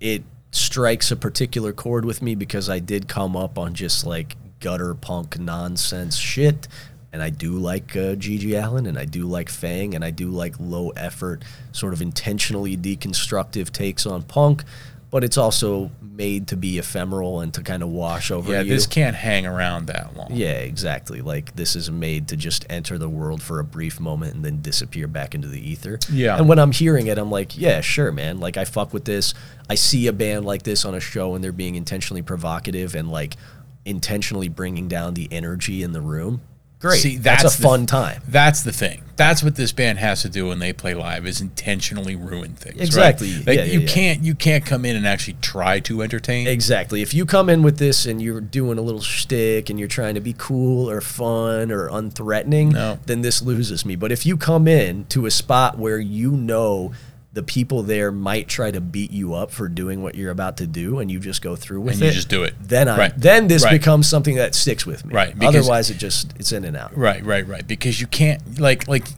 A: It strikes a particular chord with me because I did come up on just like gutter punk nonsense shit, and I do like uh, Gigi Allen, and I do like Fang, and I do like low effort, sort of intentionally deconstructive takes on punk. but it's also made to be ephemeral and to kind of wash over
B: Yeah,
A: you.
B: this can't hang around that long.
A: yeah, exactly. Like this is made to just enter the world for a brief moment and then disappear back into the ether.
B: Yeah.
A: And when I'm hearing it, I'm like, yeah, sure, man. Like I fuck with this. I see a band like this on a show and they're being intentionally provocative and like intentionally bringing down the energy in the room. Great.
B: See,
A: that's
B: that's
A: a
B: the-
A: fun time.
B: That's the thing. That's what this band has to do when they play live is intentionally ruin things. right?
A: Exactly.
B: Like,
A: Yeah, yeah,
B: you
A: yeah.
B: can't you can't come in and actually try to entertain.
A: Exactly. If you come in with this and you're doing a little shtick and you're trying to be cool or fun or unthreatening,
B: No.
A: then this loses me. But if you come in to a spot where you know the people there might try to beat you up for doing what you're about to do, and you just go through with
B: And
A: it,
B: you just do it.
A: Then I
B: Right.
A: then this
B: Right.
A: becomes something that sticks with me.
B: Right, because-
A: Otherwise, it just it's in and out.
B: Right, right, right. Because you can't like like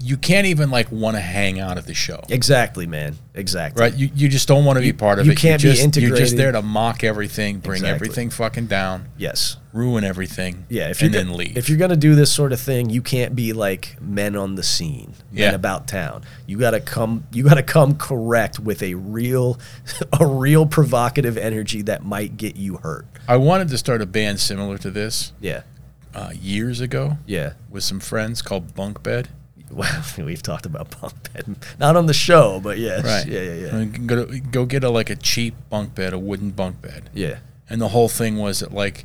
B: you can't even like want to hang out at the show.
A: Exactly, man. Exactly.
B: Right? You you just don't want to be part of
A: you
B: it.
A: can't be
B: you're just, You're just
A: integrated.
B: there to mock everything, bring
A: Exactly.
B: everything fucking down,
A: Yes.
B: ruin everything.
A: Yeah, if you're
B: and
A: go-
B: then leave.
A: If you're gonna do this sort of thing, you can't be like men on the scene, men
B: Yeah.
A: about town. You gotta come. You gotta come correct with a real, a real provocative energy that might get you hurt.
B: I wanted to start a band similar to this
A: Yeah,
B: uh, years ago
A: yeah.
B: with some friends called Bunk Bed.
A: Well, we've talked about bunk bed, not on the show, but yes,
B: Right.
A: yeah, yeah, yeah,
B: I mean, go, to- go get a like a cheap bunk bed, a wooden bunk bed.
A: yeah.
B: And the whole thing was that like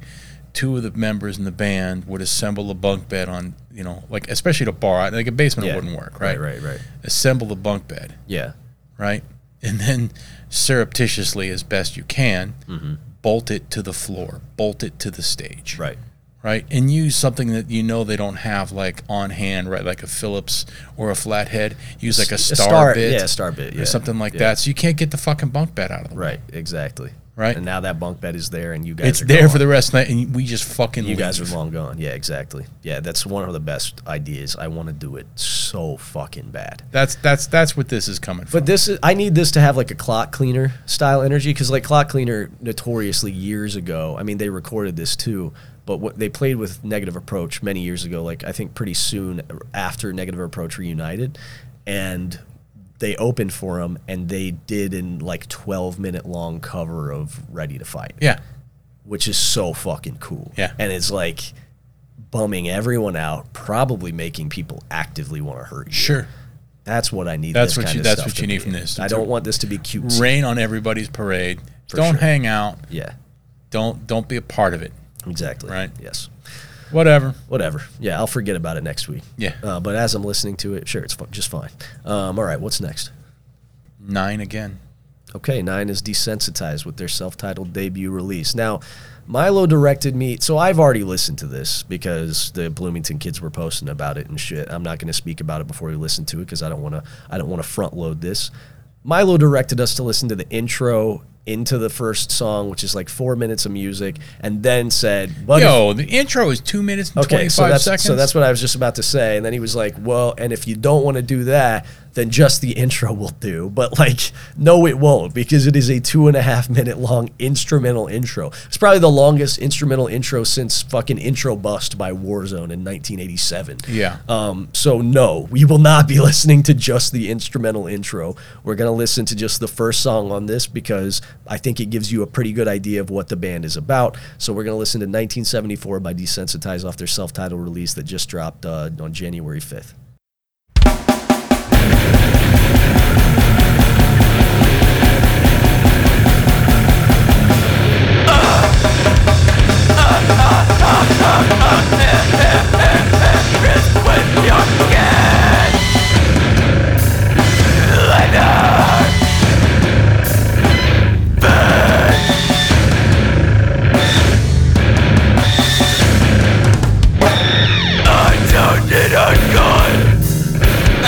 B: two of the members in the band would assemble a bunk bed on, you know, like especially at a bar, like a basement
A: Yeah.
B: wouldn't work,
A: Right, right,
B: right?
A: right.
B: Assemble the bunk bed,
A: Yeah,
B: right? And then surreptitiously, as best you can, bolt it to the floor, bolt it to the stage,
A: Mm-hmm. right.
B: Right, and use something that you know they don't have, like on hand, right, like a Phillips or a flathead. Use like a star,
A: star-
B: bit,
A: yeah, star bit,
B: or
A: yeah.
B: something like
A: Yeah.
B: that. So you can't get the fucking bunk bed out of the way.
A: Right, exactly.
B: Right.
A: And now that bunk bed is there, and you guys.
B: It's
A: are
B: there
A: gone.
B: for the rest of the night, and we just fucking.
A: You guys are
B: leave.
A: long gone. Yeah, exactly. Yeah, that's one of the best ideas. I want to do it so fucking bad.
B: That's that's that's what this is coming from.
A: But this is I need this to have like a clock cleaner style energy because like clock cleaner notoriously years ago. I mean they recorded this too, but what they played with Negative Approach many years ago. Like I think pretty soon after Negative Approach reunited, and they opened for them and they did an like twelve minute long cover of Ready to Fight
B: yeah,
A: which is so fucking cool.
B: Yeah.
A: And it's like bumming everyone out, probably making people actively want to hurt you.
B: sure.
A: That's what I need.
B: That's
A: this
B: what
A: kind
B: you-
A: of
B: that's
A: stuff
B: what
A: to
B: you need
A: be.
B: from this.
A: I
B: It's a-
A: don't want this to be cute.
B: Rain on everybody's parade. don't
A: sure.
B: hang out.
A: yeah.
B: Don't don't be a part of it.
A: Exactly.
B: Right.
A: Yes.
B: Whatever.
A: Whatever. Yeah, I'll forget about it next week.
B: Yeah.
A: Uh, but as I'm listening to it, sure, it's fu- just fine. Um, all right, what's next?
B: Nine again.
A: Okay, Nine is desensitized with their self titled debut release. Now, Milo directed me, so I've already listened to this because the Bloomington kids were posting about it and shit. I'm not going to speak about it before we listen to it because I don't want to. I don't want to front load this. Milo directed us to listen to the intro into the first song, which is like four minutes of music, and then said, "But if-
B: Yo, the intro is two minutes and twenty
A: Okay,
B: five
A: so that's
B: seconds.
A: so that's what I was just about to say, and then he was like, "Well, and if you don't want to do that, then just the intro will do." But like, no, it won't because it is a two and a half minute long instrumental intro. It's probably the longest instrumental intro since fucking intro bust by Warzone in 1987.
B: Yeah.
A: Um. So no, we will not be listening to just the instrumental intro. We're gonna listen to just the first song on this because I think it gives you a pretty good idea of what the band is about. So we're gonna listen to 1974 by Desensitize off their self-titled release that just dropped uh, on January 5th.
D: I don't need a gun.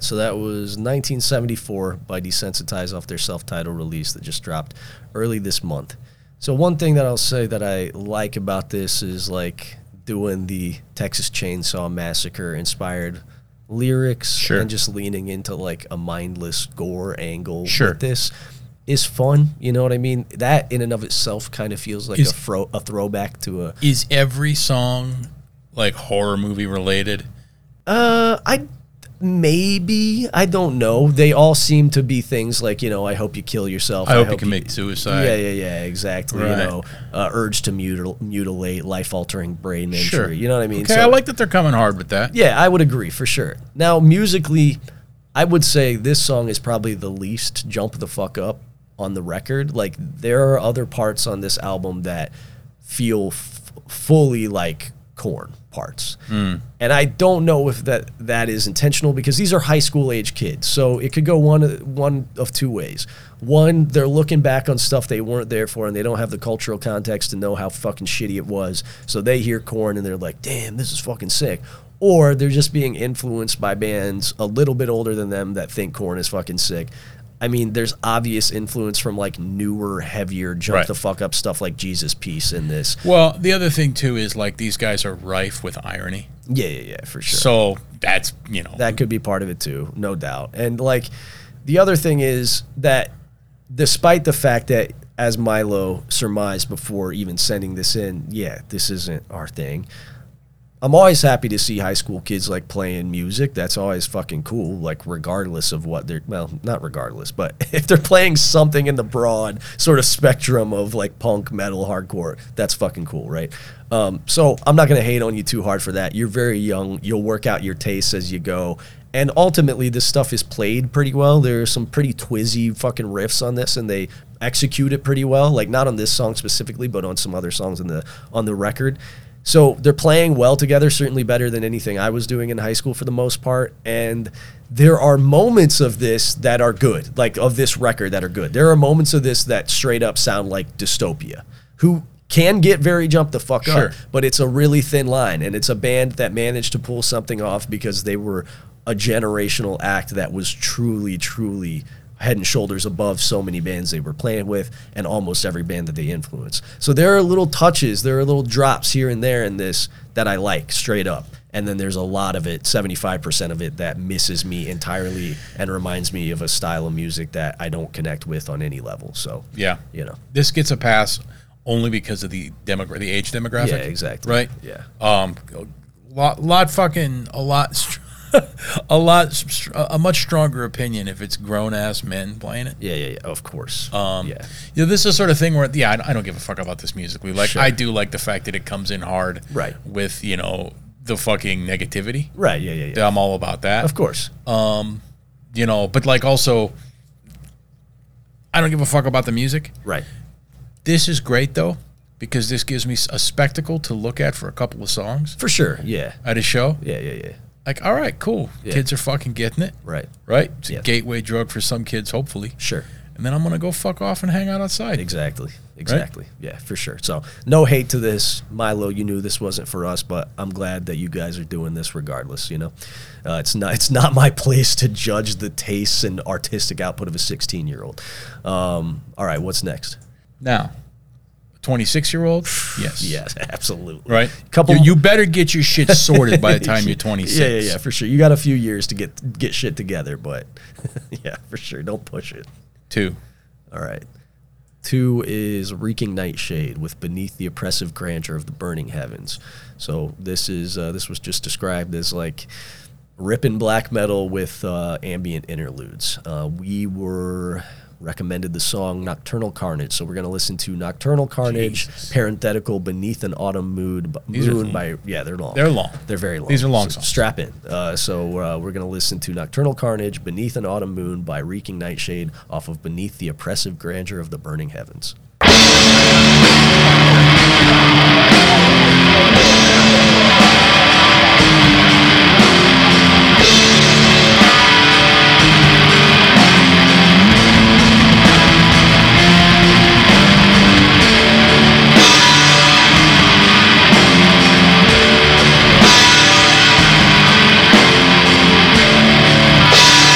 A: So that was 1974 by Desensitize off their self-titled release that just dropped early this month. So one thing that I'll say that I like about this is like doing the Texas Chainsaw Massacre inspired lyrics
B: Sure.
A: and just leaning into like a mindless gore angle
B: Sure.
A: with this is fun. You know what I mean? That in and of itself kind of feels like
B: Is-
A: a, fro- a throwback to a
B: Is every song like horror movie related?
A: Uh, I maybe I don't know. They all seem to be things like you know. I hope you kill yourself.
B: I, hope, you can make suicide.
A: Yeah, yeah, yeah. Exactly. You
B: Right.
A: know, uh, urge to mutil- mutilate, life-altering brain injury.
B: Sure.
A: You know what I mean?
B: Okay,
A: So-
B: I like that they're coming hard with that.
A: yeah, I would agree for sure. Now, musically, I would say this song is probably the least jump the fuck up on the record. Like, there are other parts on this album that feel f- fully like corn parts. And I don't know if that that is intentional because these are high school age kids. So it could go one one of two ways. One, they're looking back on stuff they weren't there for and they don't have the cultural context to know how fucking shitty it was. So they hear corn and they're like, "Damn, this is fucking sick." Or they're just being influenced by bands a little bit older than them that think corn is fucking sick. I mean, there's obvious influence from like newer, heavier, jump
B: Right.
A: the fuck up stuff like Jesus Peace in this.
B: Well, the other thing too is like these guys are rife with irony.
A: Yeah, yeah, yeah, for sure.
B: So that's you know
A: That could be part of it too, no doubt. And like the other thing is that despite the fact that as Milo surmised before even sending this in, yeah, this isn't our thing. I'm always happy to see high school kids like playing music. That's always fucking cool. Like regardless of what they're well, not regardless, but if they're playing something in the broad sort of spectrum of like punk, metal, hardcore, that's fucking cool, right? Um, so I'm not gonna hate on you too hard for that. You're very young. You'll work out your tastes as you go. And ultimately, this stuff is played pretty well. There are some pretty twizzy fucking riffs on this, and they execute it pretty well. Like not on this song specifically, but on some other songs in the on the record. So they're playing well together, certainly better than anything I was doing in high school for the most part. And there are moments of this that are good, like of this record that are good. There are moments of this that straight up sound like dystopia, who can get very jump the fuck
B: Sure.
A: up, but it's a really thin line. And it's a band that managed to pull something off because they were a generational act that was truly, truly head and shoulders above so many bands they were playing with and almost every band that they influenced. So there are little touches, there are little drops here and there in this that I like straight up. And then there's a lot of it, 75% of it, that misses me entirely and reminds me of a style of music that I don't connect with on any level. So,
B: yeah.
A: you know,
B: This gets a pass only because of the demogra- the age demographic.
A: Yeah, exactly.
B: Right?
A: Yeah.
B: Um lot lot fucking a lot str- a lot str- a much stronger opinion if it's grown ass men playing it.
A: yeah, yeah, yeah of course. Um, yeah.
B: You know, this is the sort of thing where, yeah, I, I don't give a fuck about this musically. Like,
A: Sure.
B: I do like the fact that it comes in hard,
A: Right.
B: With you know the fucking negativity.
A: Right. Yeah, yeah, yeah. Uh,
B: I'm all about that,
A: Of course.
B: you know. But like, also, I don't give a fuck about the music.
A: right.
B: This is great though, because this gives me a spectacle to look at for a couple of songs
A: For sure. Yeah.
B: at a show.
A: Yeah, yeah, yeah.
B: Like, all right, cool,
A: Yeah.
B: kids are fucking getting it,
A: Right.
B: right? It's
A: Yeah.
B: a gateway drug for some kids, hopefully.
A: Sure.
B: And then I'm gonna go fuck off and hang out outside.
A: Exactly. Exactly. Yeah, for sure. So, no hate to this. Milo, you knew this wasn't for us, but I'm glad that you guys are doing this regardless, you know. Uh, it's not it's not my place to judge the tastes and artistic output of a 16-year-old. Um, all right, what's next?
B: Now, 26 year old, yes,
A: Yes, absolutely.
B: right?
A: Couple
B: You, you better get your shit sorted by the time you're 26.
A: Yeah, yeah, yeah, for sure. You got a few years to get get shit together, but yeah, for sure. Don't push it.
B: Two.
A: All right. Two is reeking nightshade with beneath the oppressive grandeur of the burning heavens. So this is uh, this was just described as like ripping black metal with uh, ambient interludes. Uh, we were recommended the song Nocturnal Carnage, so we're gonna listen to Nocturnal Carnage, parenthetical beneath an autumn mood,
B: These are
A: moon
B: long.
A: by yeah they're long
B: They're long.
A: they're very long
B: These are long
A: So
B: songs.
A: Strap in. Uh, so uh, we're going to listen to Nocturnal Carnage, Beneath an Autumn Moon by Reeking Nightshade off of Beneath the Oppressive Grandeur of the Burning Heavens.
C: Thank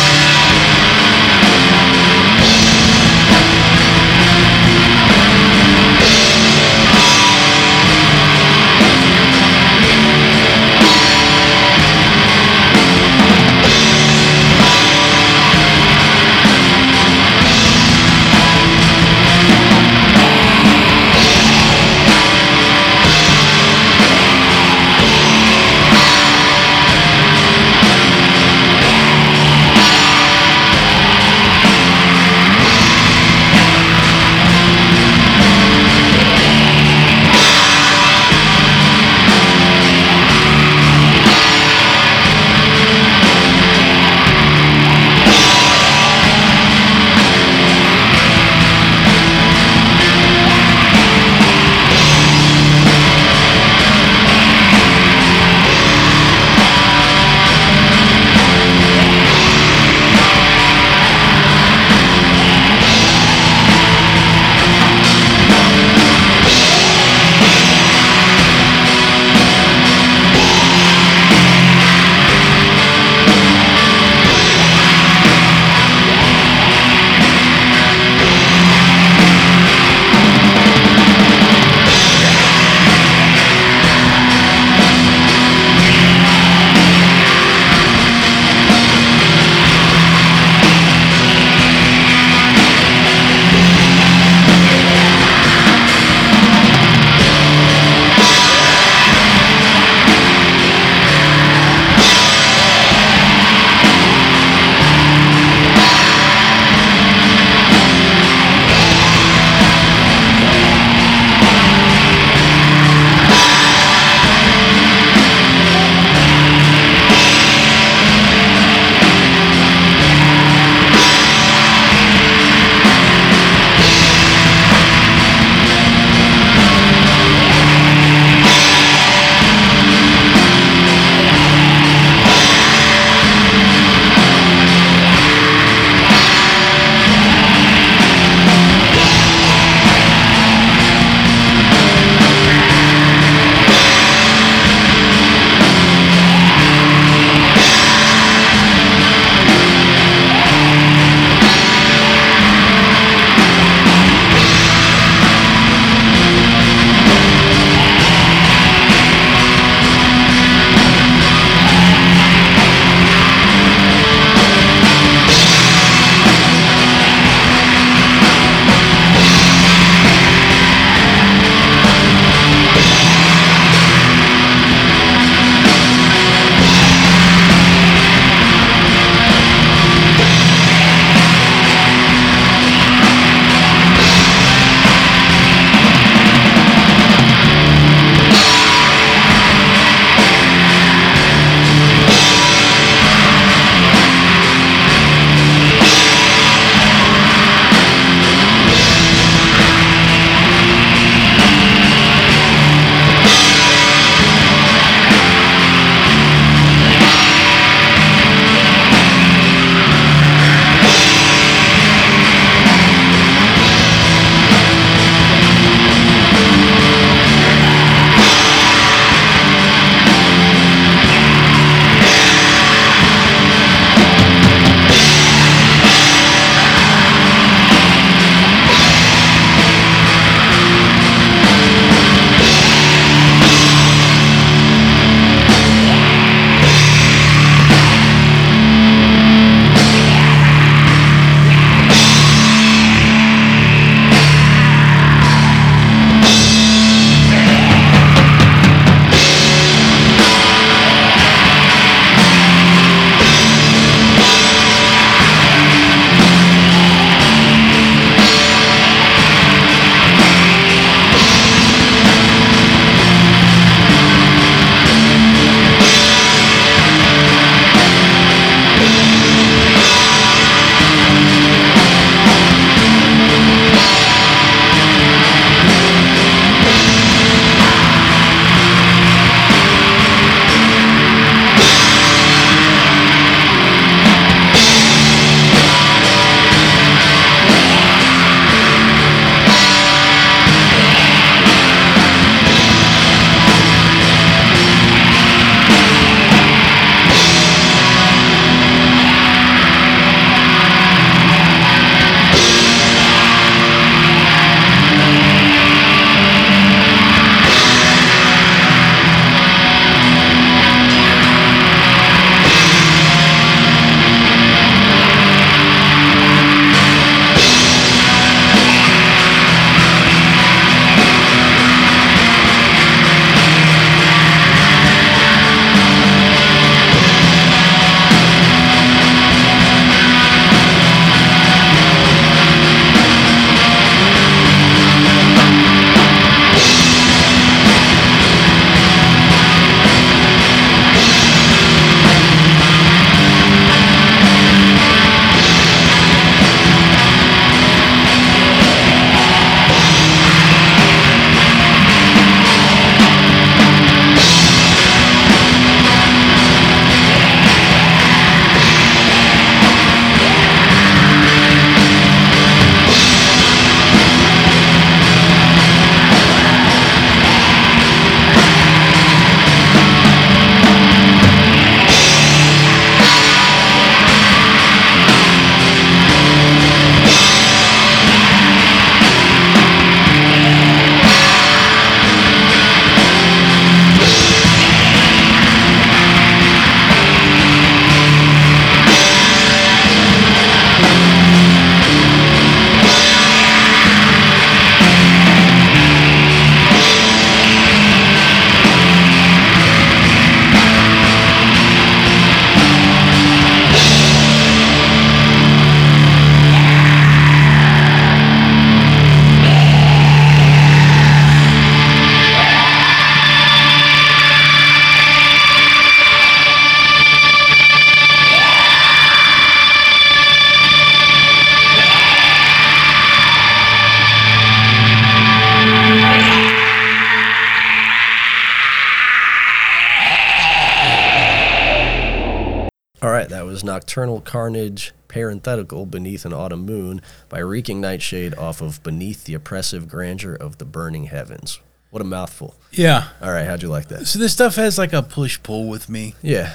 A: All right, that was Nocturnal Carnage Parenthetical Beneath an Autumn Moon by Reeking Nightshade off of Beneath the Oppressive Grandeur of the Burning Heavens. What a mouthful.
B: Yeah.
A: All right, how'd you like that?
B: So this stuff has like a push pull with me
A: Yeah.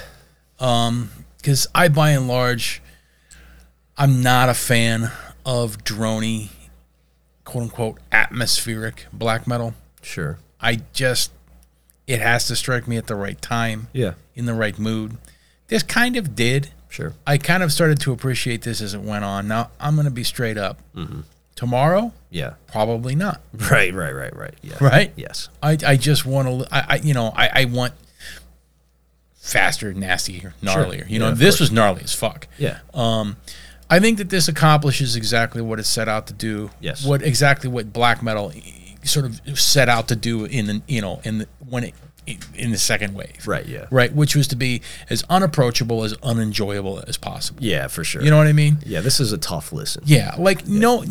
B: because I, by and large, I'm not a fan of drony, quote unquote, atmospheric black metal.
A: Sure.
B: I just, it has to strike me at the right time,
A: Yeah.
B: in the right mood. This kind of did.
A: Sure.
B: I kind of started to appreciate this as it went on. Now I'm going to be straight up. Tomorrow,
A: Yeah.
B: probably not.
A: Mm-hmm. Right, right, right, right. Yeah.
B: Right?
A: Yes.
B: I, I just want to. I, I you know I, I want faster, nastier, gnarlier. You know
A: Yeah, of
B: this
A: course.
B: was gnarly as fuck.
A: Yeah.
B: I think that this accomplishes exactly what it set out to do.
A: Yes.
B: What exactly what black metal eh, sort of set out to do in the you know in the when it in the second wave.
A: right, yeah.
B: Right, which was to be as unapproachable as unenjoyable as possible.
A: Yeah, for sure.
B: You know what I mean?
A: yeah, this is a tough listen.
B: Yeah, like no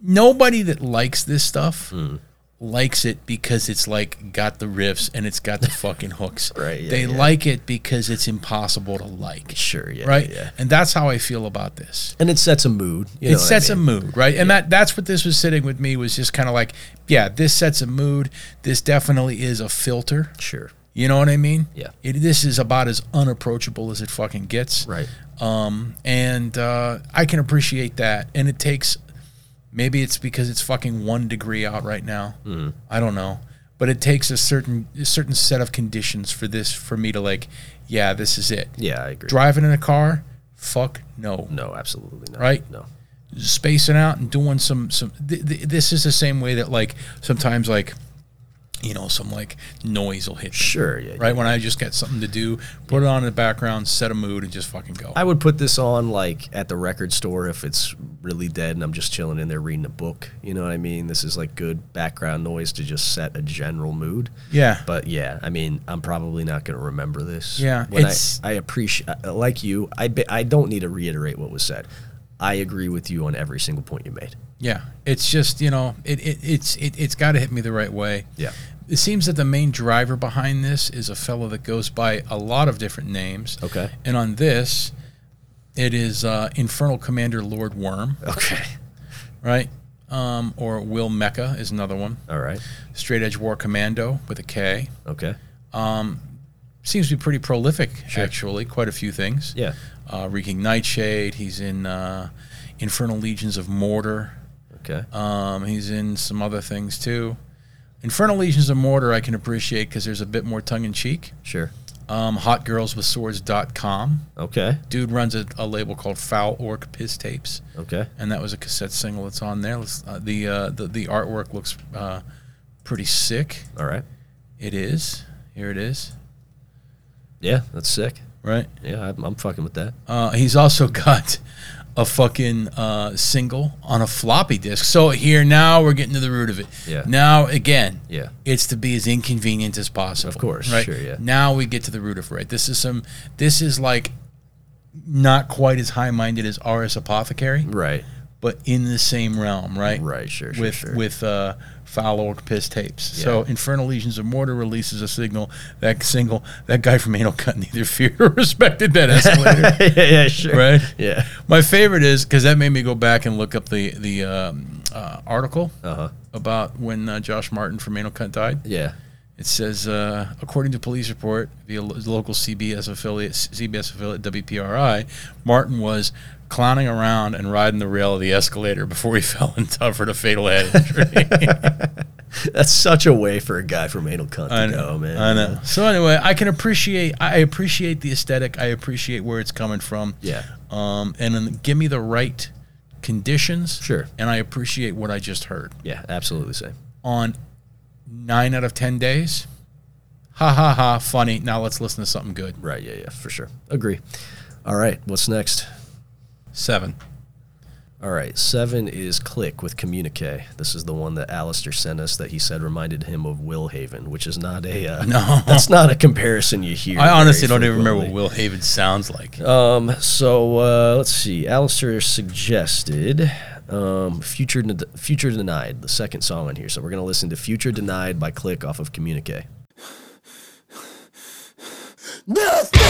B: nobody that likes this stuff
A: Hmm.
B: likes it because it's like got the riffs and it's got the fucking hooks.
A: Right, yeah,
B: they
A: yeah.
B: like it because it's impossible to like.
A: Sure, yeah.
B: right?
A: Yeah.
B: And that's how I feel about this.
A: And it sets a mood. You know
B: it
A: what I
B: sets
A: mean?
B: a mood, right? And that that's what this was sitting with me was just kind of like, yeah, this sets a mood. This definitely is a filter.
A: Sure.
B: You know what I mean?
A: Yeah.
B: It, this is about as unapproachable as it fucking gets
A: Right.
B: um, and uh, I can appreciate that. And it takes maybe it's because it's fucking one degree out right now. I don't know, but it takes a certain a certain set of conditions for this for me to like, yeah, this is it.
A: Yeah, I agree.
B: Driving in a car, fuck no.
A: No, absolutely not.
B: Right?
A: No.
B: Spacing out and doing some some. Th- th- this is the same way that like sometimes like. You know, some like noise will hit. me,
A: Sure, yeah.
B: Right when I just get something to do, put it on in the background, set a mood, and just fucking go.
A: I would put this on like at the record store if it's really dead and I'm just chilling in there reading a book. You know what I mean? This is like good background noise to just set a general mood.
B: yeah.
A: But yeah, I mean, I'm probably not going to remember this.
B: Yeah,
A: When I,
B: it's-
A: I appreciate, like you, I, be, I don't need to reiterate what was said. I agree with you on every single point you made.
B: Yeah, it's just you know it, it it's it, it's got to hit me the right way.
A: Yeah.
B: It seems that the main driver behind this is a fellow that goes by a lot of different names.
A: Okay.
B: And on this, it is uh, Infernal Commander Lord Worm,
A: Okay.
B: right? Um, or Will Mecca is another one.
A: All right.
B: Straight Edge War Commando with a K.
A: Okay.
B: Seems to be pretty prolific, actually. Quite a few things.
A: Yeah.
B: Uh, Reeking Nightshade. He's in uh, Infernal Legions of Mortar.
A: Okay.
B: Um, he's in some other things too. Infernal Legions of Mortar I can appreciate because there's a bit more tongue in cheek.
A: sure.
B: Um, HotGirlsWithSwords.com.
A: Okay.
B: Dude runs a, a label called Foul Orc Piss Tapes,
A: Okay.
B: and that was a cassette single that's on there. Let's- uh, the, uh, the the artwork looks uh, pretty sick.
A: All right.
B: It is. Here it is.
A: Yeah, that's sick.
B: Right.
A: Yeah, I'm, I'm fucking with that.
B: Uh, he's also got a fucking uh, single on a floppy disk. So here now we're getting to the root of it.
A: Yeah.
B: Now again.
A: Yeah.
B: It's to be as inconvenient as possible.
A: Of course,
B: Right.
A: sure, yeah.
B: Now we get to the root of right. This is some. This is like not quite as high minded as R.S. Apothecary,
A: Right.
B: but in the same realm. Right.
A: Right, sure, sure,
B: With
A: sure.
B: with uh, foul orc piss tapes. So Infernal Legions of Mortar releases a signal. That single. That guy from Anal Cut neither feared or respected that escalator.
A: yeah, yeah, sure.
B: Right?
A: Yeah.
B: My favorite is because that made me go back and look up the the um, uh, article
A: Uh-huh.
B: about when uh, Josh Martin from Anal Cunt died.
A: Yeah.
B: It says, uh, according to police report via lo- local CBS affiliate CBS affiliate WPRI, Martin was clowning around and riding the rail of the escalator before he fell and suffered a fatal head injury.
A: That's such a way for a guy from Anal Cunt to
B: I
A: go,
B: know,
A: man.
B: I know. So anyway, I can appreciate. I appreciate the aesthetic. I appreciate where it's coming from.
A: Yeah.
B: Um, and then give me the right conditions.
A: Sure.
B: And I appreciate what I just heard.
A: Yeah, absolutely same.
B: On nine out of ten days. Ha ha ha! Funny. Now let's listen to something good.
A: Right, yeah, yeah, for sure. Agree. All right, what's next?
B: Seven.
A: All right, seven is Click with Communique. This is the one that Alistair sent us that he said reminded him of Will Haven, which is not a uh,
B: No.
A: That's not a comparison you hear.
B: I honestly
A: very
B: don't even remember what
A: frequently.
B: Will Haven sounds like.
A: Um, so uh, let's see. Alistair suggested um, "Future Den- Future Denied," the second song on here. So we're gonna listen to "Future Denied" by Click off of Communique.
D: Nothing but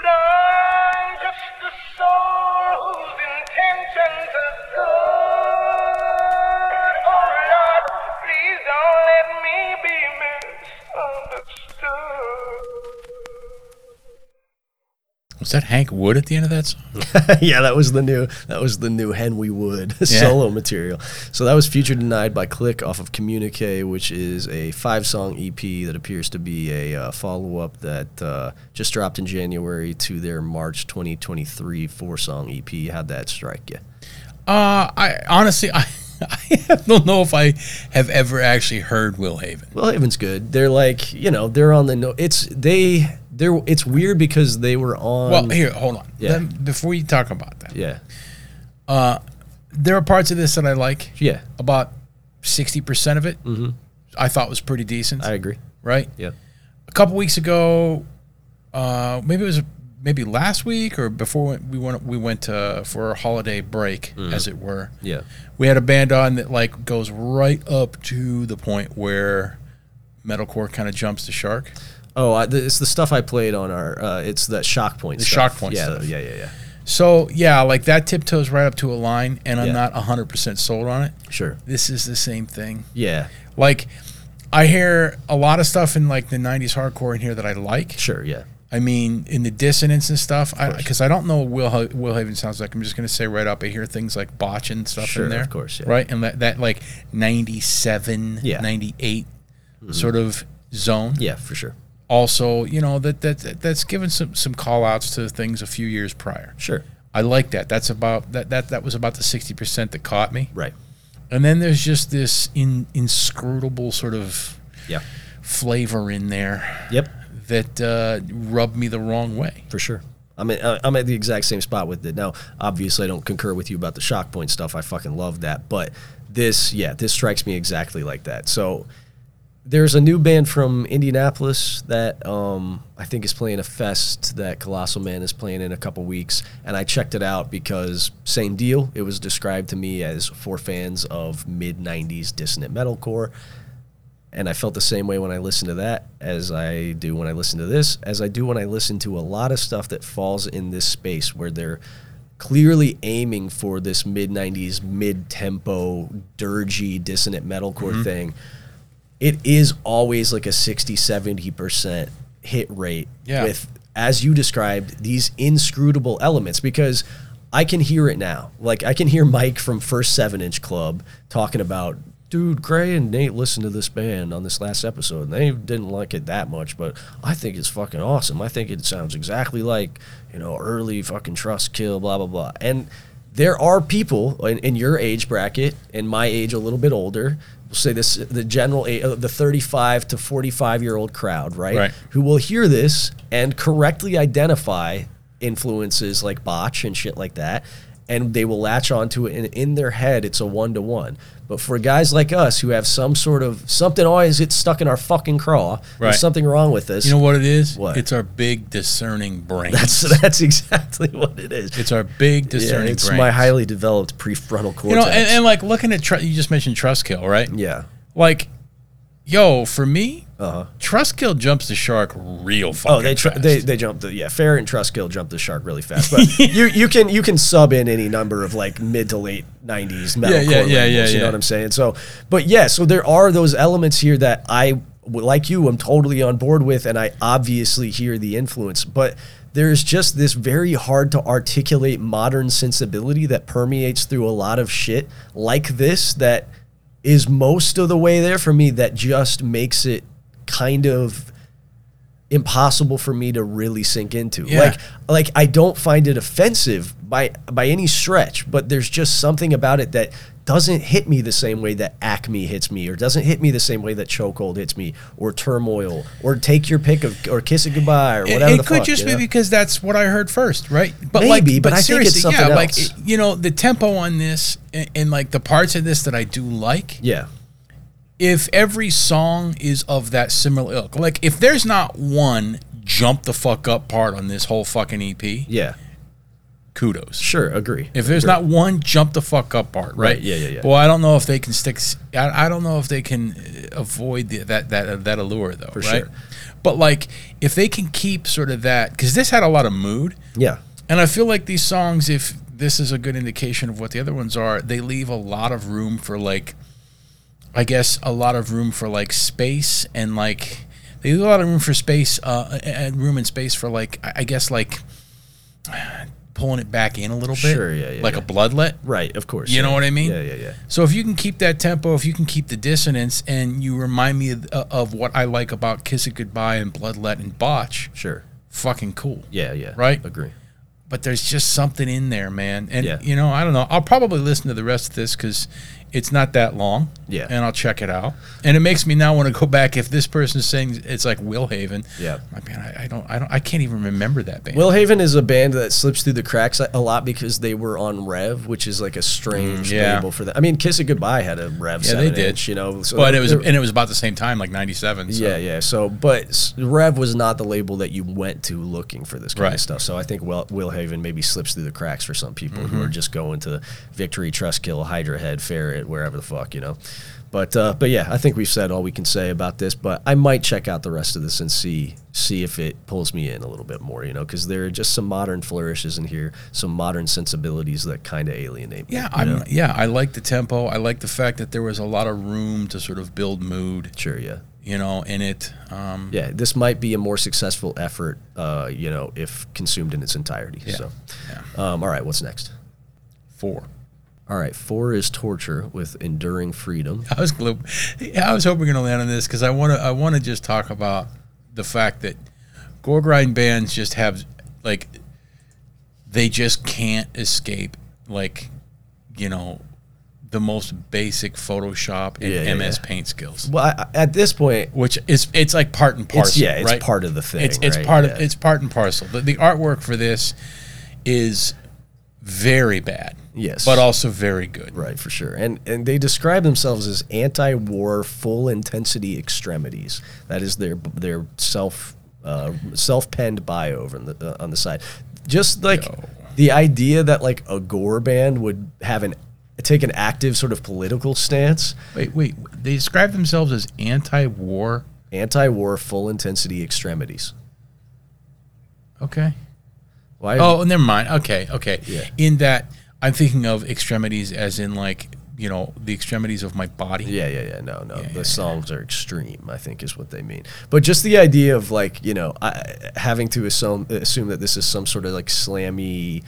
D: Blind is the soul whose intentions are good. Oh Lord, please don't let me be misunderstood.
B: Was that Hank Wood at the end of that song?
A: yeah, that was the new that was the new Henry Wood solo material. So that was Future Denied by Click off of Communique, which is a five song EP that appears to be a uh, follow up that uh, just dropped in January to their March 2023 four song EP. How'd that strike you?
B: Uh, I honestly, I, I don't know if I have ever actually heard Will Haven.
A: Well, Haven's good. They're like you know they're on the no. It's they they're it's weird because they were on.
B: Well, here, hold on.
A: Um, yeah.
B: Let- before you talk about that,
A: yeah,
B: there are parts of this that I like.
A: yeah,
B: About sixty percent of it, mm-hmm. I thought was pretty decent.
A: I agree.
B: right?
A: Yeah,
B: A couple weeks ago, uh, maybe it was maybe last week or before we went we went to, for a holiday break, as it were.
A: Mm. yeah,
B: we had a band on that like goes right up to the point where metalcore kind of jumps the shark.
A: Oh, I, th- it's the stuff I played on our. Uh, it's that shock point.
B: The
A: stuff.
B: shock point
A: Yeah,
B: stuff.
A: yeah, yeah, yeah.
B: So yeah, like that tiptoes right up to a line, and I'm
A: Yeah.
B: not 100 percent sold on it.
A: Sure.
B: This is the same thing.
A: Yeah.
B: Like, I hear a lot of stuff in like the 90s hardcore in here that I like.
A: Sure. Yeah.
B: I mean, in the dissonance and stuff, because I, don't know what Will, Ha- Will Haven sounds like. I'm just gonna say right up, I hear things like botch and stuff
A: Sure,
B: in
A: of
B: there,
A: course, yeah.
B: right? And that, that like 97,
A: Yeah. Mm-hmm.
B: 98 sort of zone.
A: Yeah, for sure.
B: Also, you know that that that- that's given some some call outs to things a few years prior.
A: Sure.
B: I like that. That's about that that that was about the 60 percent that caught me.
A: Right.
B: And then there's just this in, inscrutable sort of
A: Yeah.
B: flavor in there
A: Yep.
B: that uh, rubbed me the wrong way.
A: For sure. I'm in, uh, I'm at the exact same spot with it. Now, obviously, I don't concur with you about the shock point stuff. I fucking love that, but this, yeah, this strikes me exactly like that. So there's a new band from Indianapolis that um, I think is playing a fest that Colossal Man is playing in a couple weeks, and I checked it out because same deal. It was described to me as for fans of mid '90s dissonant metalcore. And I felt the same way when I listened to that as I do when I listen to this, as I do when I listen to a lot of stuff that falls in this space where they're clearly aiming for this mid 90s, mid tempo, dirgy, dissonant metalcore thing. It is always like a 60, 70% hit rate
B: Yeah.
A: with, as you described, these inscrutable elements because. I can hear it now. Like I can hear Mike from First Seven Inch Club talking about, dude, Gray and Nate listened to this band on this last episode, and they didn't like it that much, but I think it's fucking awesome. I think it sounds exactly like you know early fucking Trust Kill, blah blah blah. And there are people in, in your age bracket and my age, a little bit older. We'll say this: the general, a- uh, the thirty-five to forty-five year old crowd, right?
B: Right.
A: Who will hear this and correctly identify influences like botch and shit like that and they will latch onto it and in their head it's a one-to-one but for guys like us who have some sort of something always gets stuck in our fucking craw
B: Right.
A: there's something wrong with this
B: You know what it is?
A: What?
B: It's our big discerning brain.
A: that's that's exactly what it is
B: it's our big
A: yeah,
B: discerning
A: it's
B: brains.
A: my highly developed prefrontal cortex
B: You know, and, and like looking at tr- you just mentioned Trustkill, right?
A: yeah
B: Like, yo, for me,
A: uh-huh
B: Trustkill jumps the shark real fucking
A: Oh, they tr-
B: fast.
A: they they jumped the yeah. Fair and Truskill jumped the shark really fast, but you you can you can sub in any number of like mid to late nineties metal.
B: Yeah, yeah, yeah, yeah,
A: You
B: yeah.
A: know what I'm saying? So, but yeah, so there are those elements here that I w- like you. I'm totally on board with, and I obviously hear the influence, but. There's just this very hard to articulate modern sensibility that permeates through a lot of shit like this that is most of the way there for me that just makes it kind of impossible for me to really sink into.
B: Yeah.
A: Like like I don't find it offensive by by any stretch, but there's just something about it that doesn't hit me the same way that acme hits me or doesn't hit me the same way that chokehold hits me or turmoil or take your pick of or kiss it goodbye or
B: It-
A: whatever
B: It,
A: the
B: could
A: fuck,
B: just
A: you
B: be
A: know?
B: because that's what I heard first, right? But
A: Maybe, but I think it's something
B: yeah, like
A: else.
B: you know, the tempo on this and, and like the parts of this that I do like.
A: yeah
B: If every song is of that similar ilk, like if there's not one jump the fuck up part on this whole fucking EP,
A: yeah
B: kudos.
A: sure agree
B: If there's
A: Agree.
B: not one jump the fuck up part, right?
A: Right, yeah, yeah, yeah.
B: Well, I don't know if they can stick. s- I, I don't know if they can uh, avoid the, that that uh, that allure though, right?
A: sure.
B: But like, if they can keep sort of that, because this had a lot of mood.
A: yeah
B: And I feel like these songs, if this is a good indication of what the other ones are, they leave a lot of room for like, I guess, a lot of room for like space and like they leave a lot of room for space, uh, and room and space for like, I I guess, like pulling it back in a little bit,
A: Sure, yeah, yeah,
B: like
A: yeah.
B: a bloodlet.
A: right of course
B: You know what I mean?
A: yeah yeah yeah
B: So if you can keep that tempo, if you can keep the dissonance, and you remind me of, of what I like about "Kiss It Goodbye" and "Bloodlet" and "Botch,"
A: sure
B: fucking cool.
A: yeah yeah
B: Right?
A: agree
B: but there's just something in there, man. And
A: Yeah.
B: you know, I don't know. I'll probably listen to the rest of this because it's not that long.
A: Yeah.
B: and I'll check it out. And it makes me now want to go back. If this person sings, it's like Will Haven.
A: Yeah.
B: I mean, I, I don't, I don't, I can't even remember that band.
A: Will Haven is a band that slips through the cracks a lot because they were on Rev, which is like a strange
B: Mm, yeah.
A: label for that. I mean, Kiss It Goodbye had a Rev.
B: yeah, they
A: seven
B: did.
A: inch, you know. so
B: but it was,
A: they're-
B: and it was about the same time, like '97. So.
A: yeah, yeah. So, but s- Rev was not the label that you went to looking for this kind
B: Right.
A: of stuff. So I think Will, Will Haven maybe slips through the cracks for some people
B: Mm-hmm.
A: who are just going to Victory, Trustkill, Hydra Head, Ferret, wherever the fuck you know. But uh, but yeah, I think we've said all we can say about this. But I might check out the rest of this and see see if it pulls me in a little bit more, you know, because there are just some modern flourishes in here, some modern sensibilities that kind of alienate me.
B: Yeah,
A: you
B: I'm,
A: know?
B: yeah, I like the tempo. I like the fact that there was a lot of room to sort of build mood,
A: sure, yeah.
B: you know, in it. Um,
A: yeah, this might be a more successful effort, uh, you know, if consumed in its entirety. So, Um, all right, what's next?
B: Four.
A: All right, four is torture with enduring freedom.
B: I was glo- I was hoping we're gonna land on this because I want to. I want to just talk about the fact that gore grind bands just have like they just can't escape like you know the most basic Photoshop and
A: Yeah, yeah,
B: MS
A: yeah.
B: Paint skills,
A: Well, I, I- at this point,
B: which is it's like part and parcel.
A: yeah, it's
B: right?
A: part of the thing,
B: It's it's
A: right?
B: part of
A: Yeah.
B: it's part and parcel. The, the artwork for this is very bad.
A: Yes.
B: but also very good.
A: right for sure, and and they describe themselves as anti-war, full intensity extremities. That is their their self uh, self-penned bio over on the uh, on the side. Just like
B: Yo.
A: the idea that like a gore band would have an take an active sort of political stance,
B: Wait, wait. They describe themselves as anti-war.
A: anti-war, full intensity extremities.
B: Okay.
A: Why?
B: Oh, never mind. Okay, okay.
A: Yeah.
B: In that, I'm thinking of extremities as in like you know the extremities of my body.
A: Yeah, yeah, yeah. No, no. the
B: yeah,
A: songs are extreme. I think is what they mean. But just the idea of like you know I, having to assume assume that this is some sort of like slammy,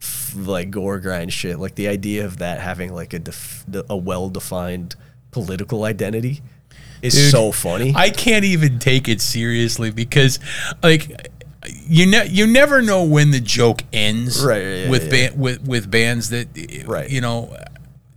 A: f- like gore grind shit. Like the idea of that having like a def- a well defined political identity is
B: Dude,
A: so funny.
B: I can't even take it seriously because, like, you ne- you never know when the joke ends.
A: Right, yeah, yeah,
B: with
A: yeah.
B: Ban- with with bands that,
A: Right.
B: You know,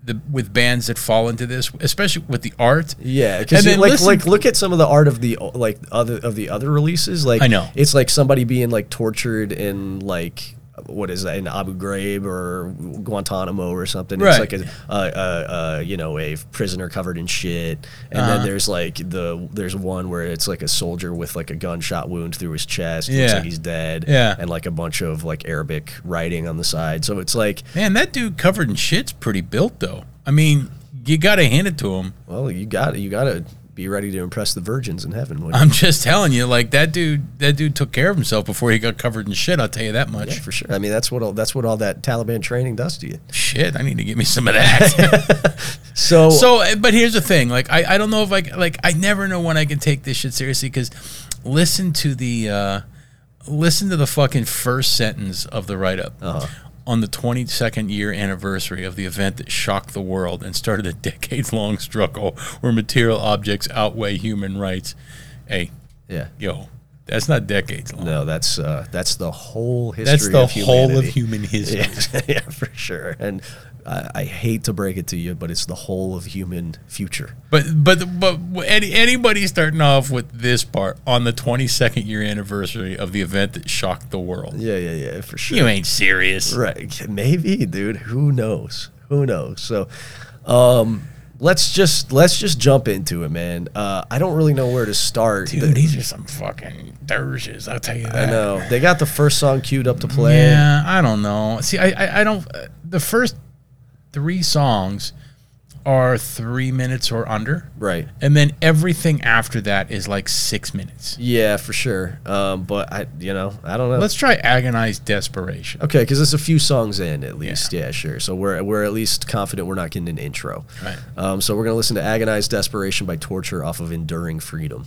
B: the with bands that fall into this, especially with the art.
A: Yeah, because
B: And then
A: like
B: listen-
A: like look at some of the art of the o- like other of the other releases. Like
B: I know.
A: it's like somebody being like tortured in like what is that in Abu Ghraib or Guantanamo or something. It's
B: Right.
A: like a, a, a, a you know a prisoner covered in shit, and
B: Uh-huh.
A: then there's like the there's one where it's like a soldier with like a gunshot wound through his chest. Looks
B: Yeah.
A: like he's dead.
B: Yeah.
A: and like a bunch of like Arabic writing on the side. So it's like
B: Man, that dude covered in shit's pretty built though. I mean, you gotta hand it to him.
A: well you got you got to be ready to impress the virgins in heaven. wouldn't you?
B: I'm just telling you, like that dude, that dude took care of himself before he got covered in shit. I'll tell you that much.
A: Yeah, for sure. I mean, that's what all, that's what all that Taliban training does to you.
B: Shit, I need to get me some of that.
A: So,
B: so, uh, but here's the thing: like, I, I don't know if I c- like I never know when I can take this shit seriously because listen to the uh, listen to the fucking first sentence of the write up. On the 22nd year anniversary of the event that shocked the world and started a decades long struggle where material objects outweigh human rights. Hey,
A: yeah,
B: yo, that's not decades long.
A: no, that's uh, that's the whole history.
B: That's the
A: of
B: whole of
A: humanity.
B: human history.
A: Yeah, yeah, for sure. And I, I hate to break it to you, but it's the whole of human future.
B: But but but any, anybody starting off with this part on the 22nd year anniversary of the event that shocked the world.
A: Yeah, yeah, yeah, for sure.
B: You ain't serious.
A: Right. Maybe, dude. Who knows? Who knows? So, um, let's just let's just jump into it, man. Uh, I don't really know where to start.
B: Dude, these are some fucking dirges. I'll tell you
A: I
B: that.
A: know eh? they got the first song queued up to play.
B: Yeah, I don't know. See, I, I, I don't. Uh, the first three songs are three minutes or under.
A: Right.
B: And then everything after that is like six minutes.
A: Yeah, for sure. Um, but I, you know, I don't know.
B: Let's try Agonize Desperation.
A: okay, because it's a few songs in at least. Yeah. sure. So we're we're at least confident we're not getting an intro.
B: Right.
A: Um, so we're gonna listen to "Agonize Desperation" by Torture off of "Enduring Freedom."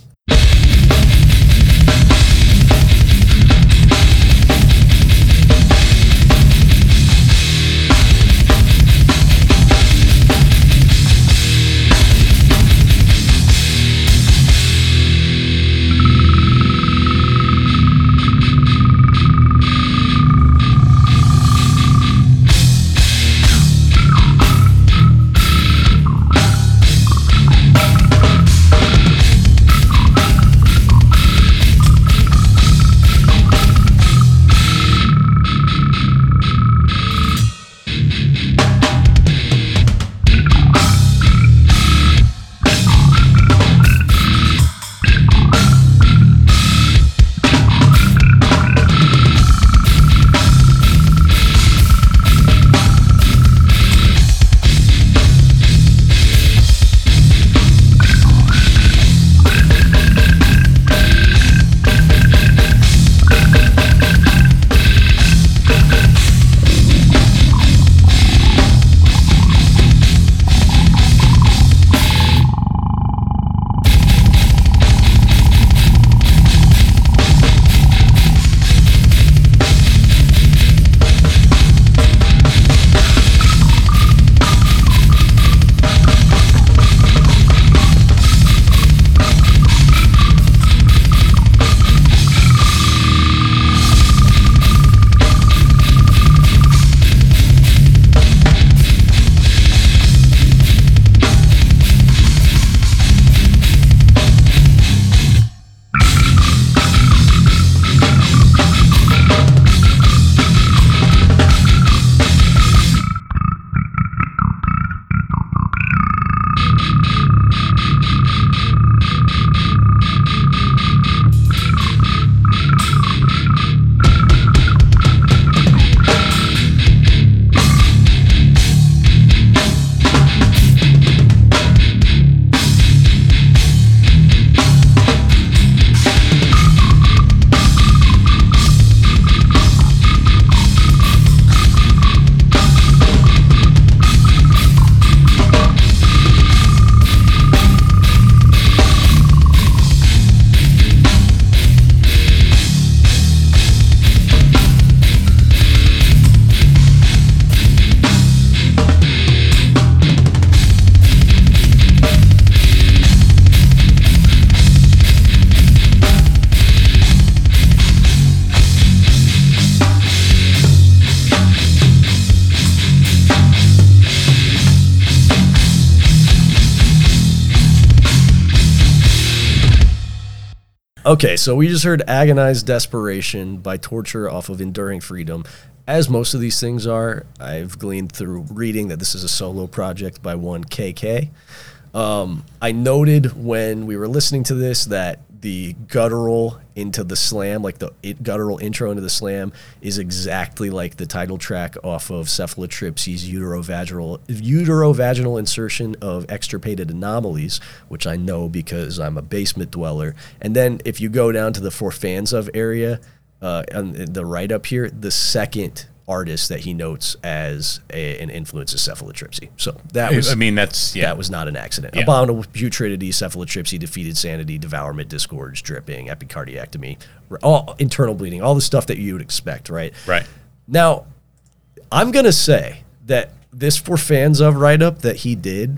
A: Okay, so we just heard Agonized Desperation by Torture off of Enduring Freedom. As most of these things are, I've gleaned through reading that this is a solo project by one KK. Um, I noted when we were listening to this that the guttural into the slam, like the it, guttural intro into the slam, is exactly like the title track off of Cephalotripsy's uterovaginal uterovaginal insertion of extirpated anomalies, which I know because I'm a basement dweller. And then if you go down to the for fans of area, uh, on the right up here, the second artist that he notes as a, an influence is Cephalotripsy. So that was
B: I mean, that's yeah.
A: that was not an accident. Abominable putridity, cephalotripsy, defeated sanity, devourment, disgorge, dripping, epicardiectomy, r- all internal bleeding, all the stuff that you would expect, right?
B: right.
A: Now, I'm going to say that this for fans of write up that he did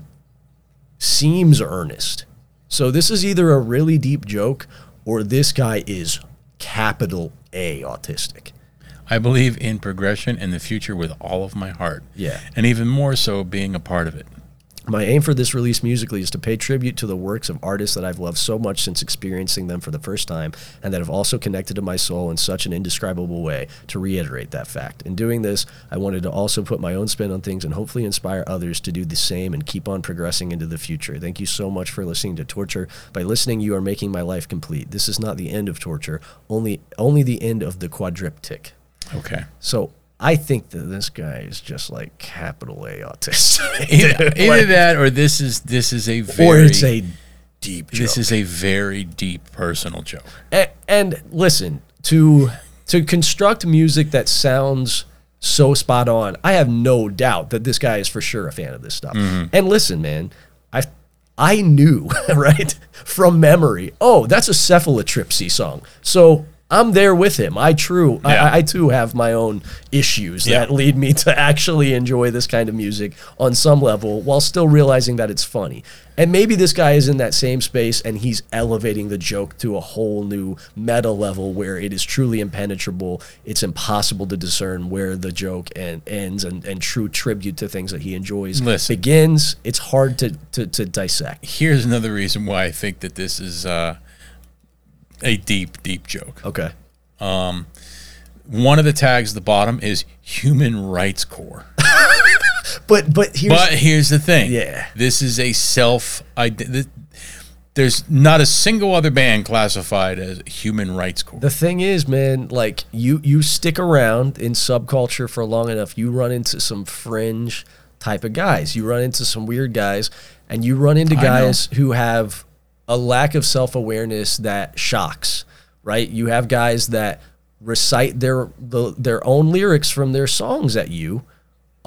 A: seems earnest. So this is either a really deep joke or this guy is capital A autistic.
B: I believe in progression and the future with all of my heart.
A: Yeah.
B: And even more so being a part of it.
A: My aim for this release musically is to pay tribute to the works of artists that I've loved so much since experiencing them for the first time and that have also connected to my soul in such an indescribable way to reiterate that fact. In doing this, I wanted to also put my own spin on things and hopefully inspire others to do the same and keep on progressing into the future. Thank you so much for listening to Torture. By listening, you are making my life complete. This is not the end of torture, only only the end of the quadriptych.
B: Okay.
A: So I think that this guy is just like capital A autistic.
B: Either, either that or this is this is a very
A: or it's a deep joke.
B: this is a very deep personal joke.
A: and, and listen to to construct music that sounds so spot on. I have no doubt that this guy is for sure a fan of this stuff. And listen, man, I I knew right from memory. Oh, that's a cephalotripsy song. So. I'm there with him. I true. I-
B: Yeah.
A: I, I too have my own issues
B: Yeah.
A: that lead me to actually enjoy this kind of music on some level while still realizing that it's funny. And maybe this guy is in that same space and he's elevating the joke to a whole new meta level where it is truly impenetrable. It's impossible to discern where the joke and ends and, and true tribute to things that he enjoys
B: Listen.
A: begins. It's hard to, to, to dissect.
B: Here's another reason why I think that this is uh, a deep, deep joke.
A: Okay.
B: One of the tags at the bottom is Human Rights Corps.
A: But but here's
B: But here's the thing.
A: Yeah.
B: This is a self th There's not a single other band classified as Human Rights Corps.
A: The thing is, man, like you you stick around in subculture for long enough, you run into some fringe type of guys. You run into some weird guys, and you run into guys who have a lack of self awareness that shocks. Right? You have guys that recite their the, their own lyrics from their songs at you.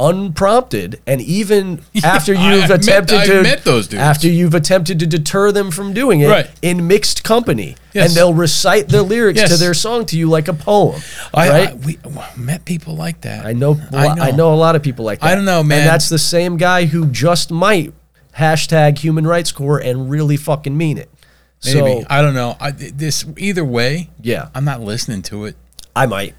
A: Unprompted, and even after
B: I-
A: you've
B: I've met-
A: attempted
B: I've
A: to
B: met those dudes.
A: after you've attempted to deter them from doing it
B: Right.
A: in mixed company,
B: Yes.
A: and they'll recite the lyrics to
B: Yes.
A: their song to you like a poem,
B: I,
A: right?
B: I, we well, met people like that.
A: I, know, I know, a lot of people like that.
B: I don't know, man.
A: And that's the same guy who just might hashtag Human Rights Corps and really fucking mean it.
B: Maybe
A: So
B: I don't know. I, th- this either way.
A: Yeah.
B: I'm not listening to it.
A: I might,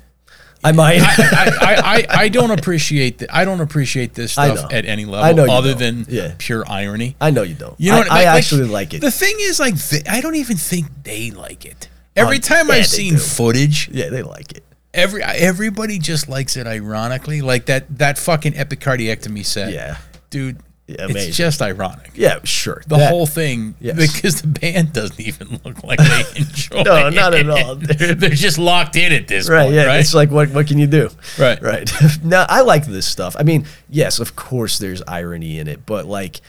A: I might.
B: I, I, I, I don't appreciate that. I don't appreciate this
A: I
B: stuff
A: know.
B: at any level
A: I know you
B: other
A: don't.
B: than
A: Yeah.
B: pure irony.
A: I know you don't.
B: You know
A: I,
B: what
A: I
B: mean?
A: actually like it.
B: The thing is, like, th- I don't even think they like it. Every
A: Um,
B: time
A: yeah,
B: I've
A: they
B: seen
A: do.
B: footage,
A: yeah, they like it.
B: every everybody just likes it ironically. Like that that fucking epicardiectomy set.
A: Yeah.
B: dude,
A: amazing.
B: it's just ironic.
A: Yeah, sure.
B: The
A: That-
B: whole thing,
A: Yes.
B: because the band doesn't even look like they enjoy.
A: No, not at
B: it.
A: all.
B: They're just locked in at this
A: Right,
B: point.
A: yeah.
B: right?
A: It's like what what can you do?
B: Right.
A: Right. now I like this stuff. I mean, yes, of course there's irony in it, but like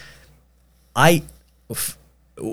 A: I f-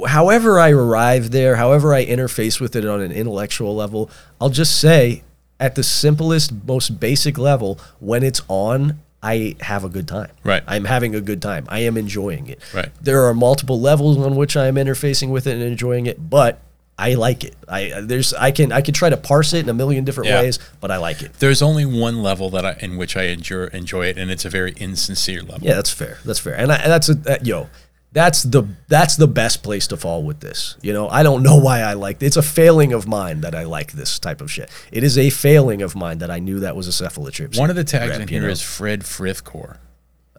A: however I arrive there, however I interface with it on an intellectual level, I'll just say at the simplest, most basic level, when it's on, I have a good time.
B: Right.
A: I'm having a good time. I am enjoying it.
B: Right.
A: There are multiple levels on which I am interfacing with it and enjoying it, but I like it. I there's I can I can try to parse it in a million different
B: Yeah.
A: ways, but I like it.
B: There's only one level that I in which I enjoy, enjoy it, and it's a very insincere level.
A: Yeah, that's fair. That's fair. And I, and that's a that, yo, that's the that's the best place to fall with this. You know, I don't know why I like it's a failing of mine that I like this type of shit. It is a failing of mine that I knew that was a cephalotripsy.
B: One of the tags
A: Rep,
B: in
A: you know?
B: here is Fred Frithcore.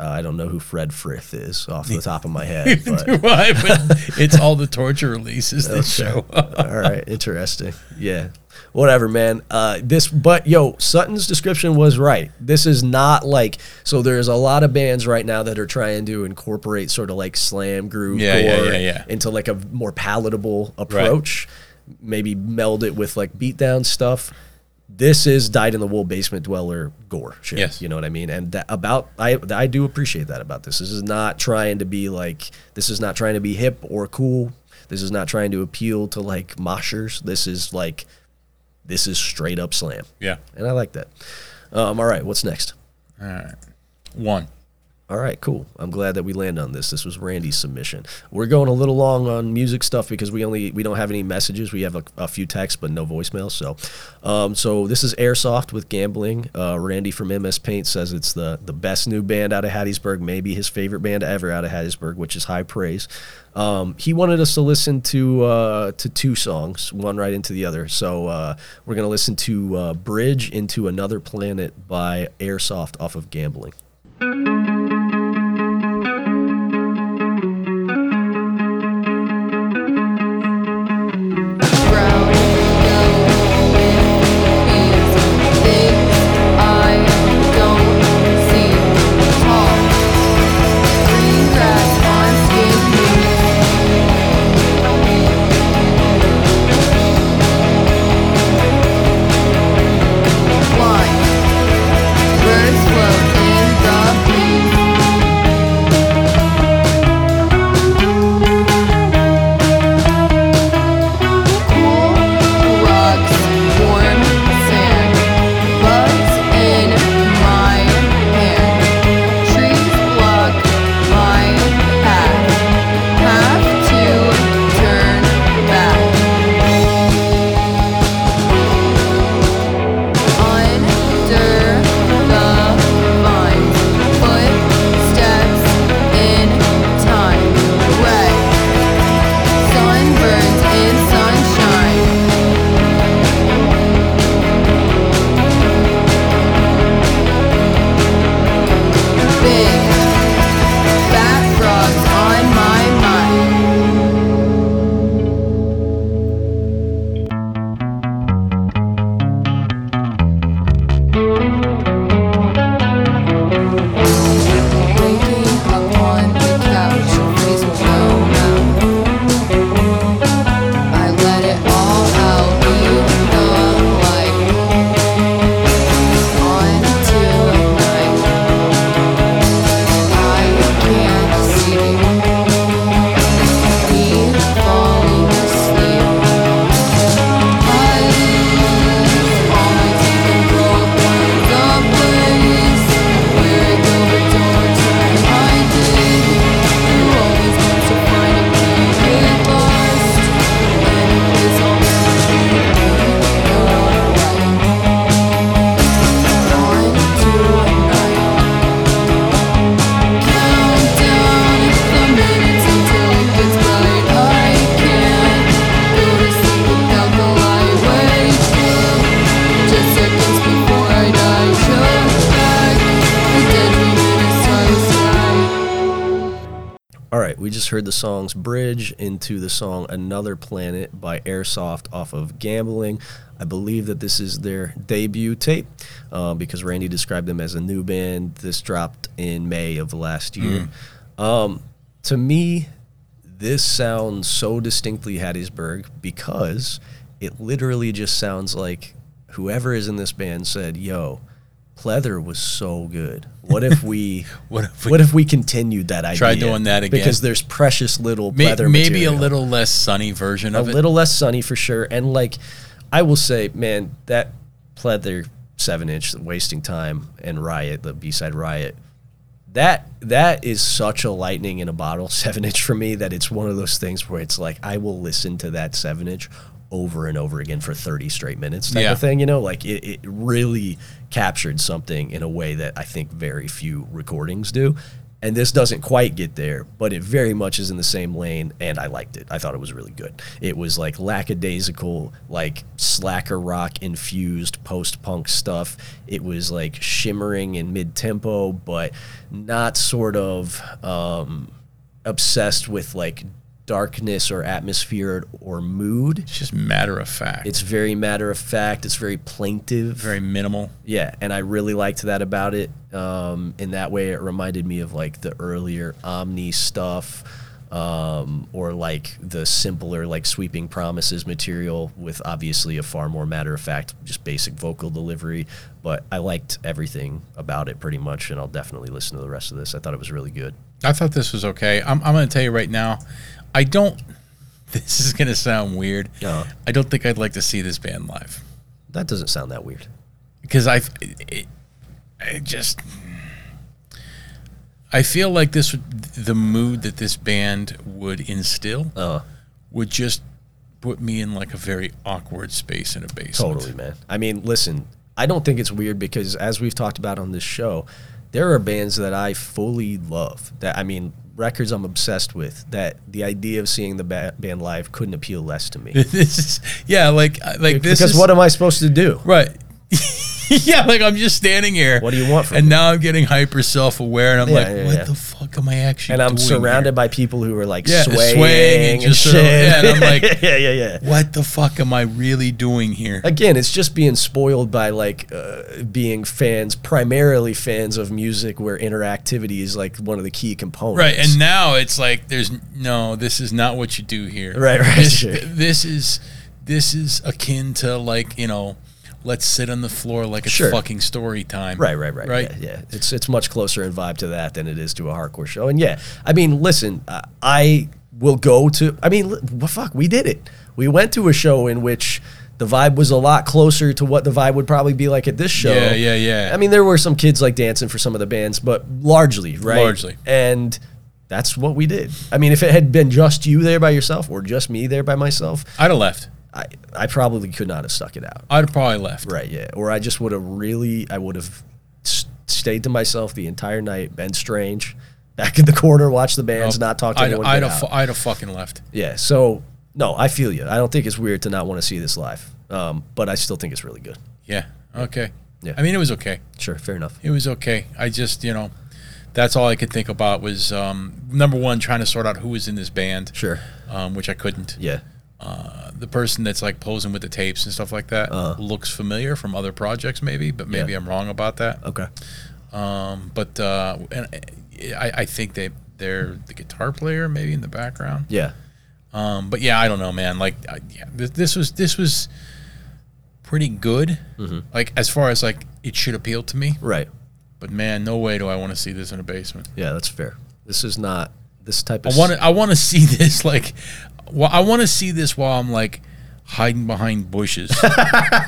A: Uh, I don't know who Fred Frith is off the top of my head, but
B: Why? But it's all the torture releases that show up.
A: All right, interesting. Yeah, whatever, man. Uh, this, but yo, Sutton's description was right. This is not like so. There's a lot of bands right now that are trying to incorporate sort of like slam groove
B: Yeah, yeah,
A: gore
B: yeah, yeah.
A: into like a more palatable approach. Maybe meld it with like beatdown stuff. This is died in the wool basement dweller gore shit.
B: Yes.
A: You know what I mean? And that about I I do appreciate that about this. This is not trying to be like this is not trying to be hip or cool. This is not trying to appeal to like moshers. This is like this is straight up slam.
B: Yeah.
A: And I like that. Um, all right, what's next?
B: All right. One.
A: All right, cool. I'm glad that we landed on this. This was Randy's submission. We're going a little long on music stuff because we only we don't have any messages. We have a, a few texts, but no voicemails. So, um, so this is Airsoft with Gambling. Uh, Randy from MS Paint says it's the the best new band out of Hattiesburg, maybe his favorite band ever out of Hattiesburg, which is high praise. Um, he wanted us to listen to uh, to two songs, one right into the other. So uh, we're gonna listen to uh, Bridge into Another Planet by Airsoft off of Gambling.
E: Thank you Cool rocks, warm sand, bugs in my hand, trees block my path. Have to turn back. Under the vines, footsteps in time. Red sunburns in sunshine. Big fat frogs on my mind. Waking up on the couch, please don't know. I let it all out, you know, like on tonight. I can't see me falling asleep. I always take a walk in the place where the doors are hiding. You always want to find a way to get lost.
A: All right, we just heard the songs Bridge into the song Another Planet by Airsoft off of Gambling. I believe that this is their debut tape uh, because Randy described them as a new band. This dropped in May of last year.
B: Mm.
A: Um, to me, this sounds so distinctly Hattiesburg because it literally just sounds like whoever is in this band said, yo, Pleather was so good. What if we
B: What if we-
A: what if we continued that idea?
B: Try doing that again.
A: because there's precious little
B: May-
A: pleather
B: maybe
A: material.
B: a little less sunny version
A: a
B: of it.
A: little less sunny for sure and like i will say man that pleather seven inch wasting time and riot the b-side riot that that is such a lightning in a bottle seven inch for me that it's one of those things where it's like i will listen to that seven inch over and over again for 30 straight minutes type
B: Yeah.
A: of thing you know like it, it really captured something in a way that i think very few recordings do And this doesn't quite get there, but it very much is in the same lane, and I liked it. I thought it was really good. It was like lackadaisical, like slacker rock infused post punk stuff. It was like shimmering in mid tempo, but not sort of um, obsessed with like darkness or atmosphere or mood.
B: It's just matter of fact.
A: It's very matter of fact. It's very plaintive.
B: very minimal.
A: yeah, and I really liked that about it. Um, in that way, it reminded me of like the earlier Omni stuff, um, or like the simpler like sweeping promises material with obviously a far more matter of fact, just basic vocal delivery. But I liked everything about it pretty much, and I'll definitely listen to the rest of this. I thought it was really good.
B: I thought this was okay. I'm, I'm going to tell you right now, I don't. This is going to sound weird.
A: Uh-huh.
B: I don't think I'd like to see this band live
A: That doesn't sound that weird.
B: because I, it, it just, I feel like this would the mood that this band would instill
A: Uh,
B: would just put me in like a very awkward space in a basement.
A: Totally, man. I mean, listen, I don't think it's weird because as we've talked about on this show, there are bands that I fully love. That I mean, records I'm obsessed with. That the idea of seeing the ba- band live couldn't appeal less to me.
B: this is yeah, like uh, like this
A: because
B: is
A: what am I supposed to do?
B: right. yeah, like I'm just standing here.
A: What do you want from
B: And
A: me?
B: now I'm getting hyper self aware, and I'm
A: Yeah,
B: like,
A: yeah,
B: what
A: yeah.
B: the fuck am I actually?
A: And I'm
B: doing
A: surrounded by
B: here?
A: people who are like
B: Yeah,
A: swaying,
B: swaying and
A: and,
B: just
A: shit.
B: sort of- yeah, and I'm like-
A: yeah, yeah, yeah.
B: What the fuck am I really doing here?
A: again, it's just being spoiled by like uh, being fans, primarily fans of music where interactivity is like one of the key components.
B: Right, and now it's like there's no. This is not what you do here.
A: Right, right,
B: This,
A: sure.
B: this is this is akin to like you know, let's sit on the floor like it's
A: Sure.
B: fucking story time.
A: Right, right, right,
B: right.
A: Yeah, yeah, it's it's much closer in vibe to that than it is to a hardcore show. And yeah, I mean, listen, I, I will go to. I mean, li- well, fuck, we did it. We went to a show in which the vibe was a lot closer to what the vibe would probably be like at this show.
B: Yeah, yeah, yeah.
A: I mean, there were some kids like dancing for some of the bands, but largely, right?
B: Largely.
A: and. That's what we did. I mean, if it had been just you there by yourself or just me there by myself,
B: I'd have left.
A: I, I probably could not have stuck it out.
B: I'd have probably left.
A: Right, yeah. Or I just would have really, I would have s stayed to myself the entire night, been strange, back in the corner, watch the bands,
B: Oh,
A: not talk to
B: I'd,
A: anyone.
B: I'd
A: get
B: have,
A: out.
B: fu- I'd have fucking left.
A: yeah, so no, I feel you. I don't think it's weird to not want to see this live, um, but I still think it's really good.
B: Yeah. Okay.
A: Yeah.
B: I mean, it was okay.
A: Sure, fair enough.
B: It was okay. I just you know, that's all I could think about was um, number one trying to sort out who was in this band.
A: Sure.
B: Um, which I couldn't.
A: Yeah.
B: the person that's like posing with the tapes and stuff like that looks familiar from other projects, maybe, but maybe
A: Uh-huh. Yeah.
B: I'm wrong about that.
A: Okay.
B: Um, but uh, and uh, I, I think they they're the guitar player maybe in the background.
A: Yeah.
B: Um, but yeah, I don't know, man. Like, I, yeah, this, this was this was pretty good.
A: Mm-hmm.
B: Like as far as like it should appeal to me,
A: Right.
B: but man, no way do I want to see this in a basement.
A: Yeah, that's fair. This is not this type of.
B: I want to I want to see this like well, I want to see this while I'm like hiding behind bushes,